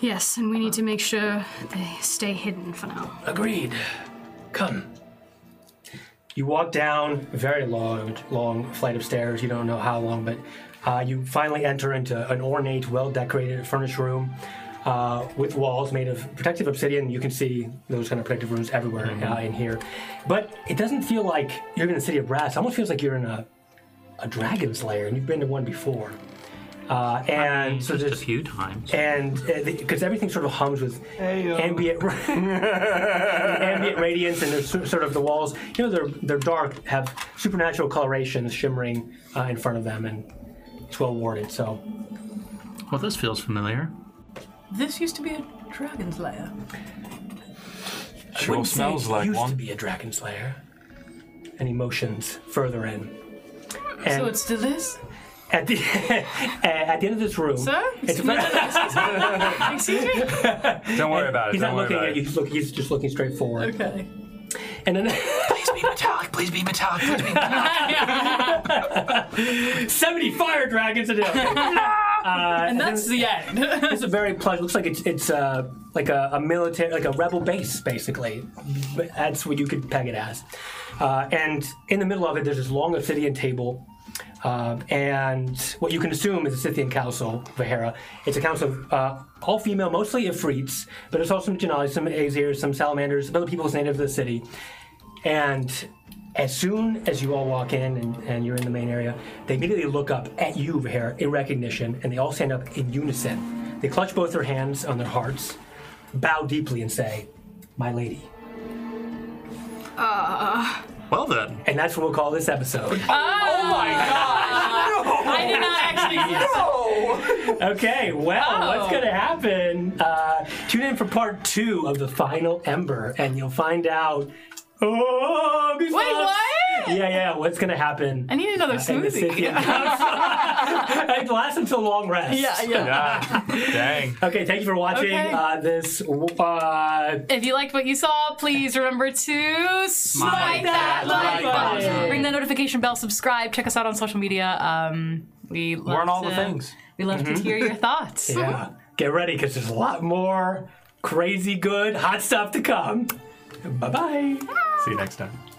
Speaker 4: Yes, and we need to make sure they stay hidden for now.
Speaker 1: Agreed. Come. You walk down a very long, long flight of stairs. You don't know how long, but uh, you finally enter into an ornate, well-decorated, furnished room uh, with walls made of protective obsidian. You can see those kind of protective runes everywhere
Speaker 3: Mm-hmm.
Speaker 1: uh, in here, but it doesn't feel like you're in the city of brass. It almost feels like you're in a a dragon's lair, and you've been to one before. Uh, and so
Speaker 3: just a
Speaker 1: there's
Speaker 3: few times.
Speaker 1: and because everything sort of hums with ambient ambient radiance, and there's so- sort of the walls, you know, they're they're dark, have supernatural colorations shimmering uh, in front of them, and it's well warded. So
Speaker 3: Well, this feels familiar.
Speaker 5: This used to be a dragon's lair.
Speaker 2: Sure smells like
Speaker 1: used to
Speaker 2: one.
Speaker 1: be a dragon slayer. And he motions further in. And
Speaker 5: So it's still this?
Speaker 1: at the at the end of this room,
Speaker 5: Sir?
Speaker 1: it's a,
Speaker 5: Excuse me?
Speaker 2: Don't worry about it.
Speaker 1: he's
Speaker 2: Don't
Speaker 1: not
Speaker 2: worry
Speaker 1: looking
Speaker 2: about
Speaker 1: at you.
Speaker 2: it.
Speaker 1: He's, look, he's just looking straight forward.
Speaker 5: Okay.
Speaker 1: And then
Speaker 3: Please be metallic. Please be.
Speaker 1: seventy fire dragons. And
Speaker 5: And that's the end.
Speaker 1: It's a very plush. Looks like it's it's uh, like a, a military, like a rebel base, basically. But That's what you could peg it as. Uh, and in the middle of it, there's this long obsidian table, uh, and what you can assume is a Scythian council, Vahera. It's a council of uh, all female, mostly Ifrits, but there's also some Janali, some Aesirs, some Salamanders, some other peoples native to the city. And as soon as you all walk in and, and you're in the main area, they immediately look up at you, Vaher, in recognition, and they all stand up in unison. They clutch both their hands on their hearts, bow deeply, and say, My lady.
Speaker 3: Well then,
Speaker 1: And that's what we'll call this episode.
Speaker 5: I did not actually see
Speaker 1: Okay, well,
Speaker 5: Oh.
Speaker 1: what's going to happen? Uh, tune in for part two of The Final Ember, and you'll find out. Oh, Wait,
Speaker 5: what?
Speaker 1: Yeah, yeah, what's going to happen?
Speaker 5: I need another
Speaker 1: in the
Speaker 5: smoothie.
Speaker 1: city of It lasts until long rest.
Speaker 5: Yeah, yeah.
Speaker 2: Ah, dang.
Speaker 1: Okay, thank you for watching
Speaker 5: Okay.
Speaker 1: uh, this. Uh,
Speaker 5: If you liked what you saw, please remember to smite that like button. Ring that notification bell, subscribe, check us out on social media. Um, we love
Speaker 2: We're on all the
Speaker 5: to-
Speaker 2: things.
Speaker 5: We love to hear your thoughts.
Speaker 1: yeah, get ready because there's a lot more crazy, good, hot stuff to come. Bye bye.
Speaker 2: See you next time.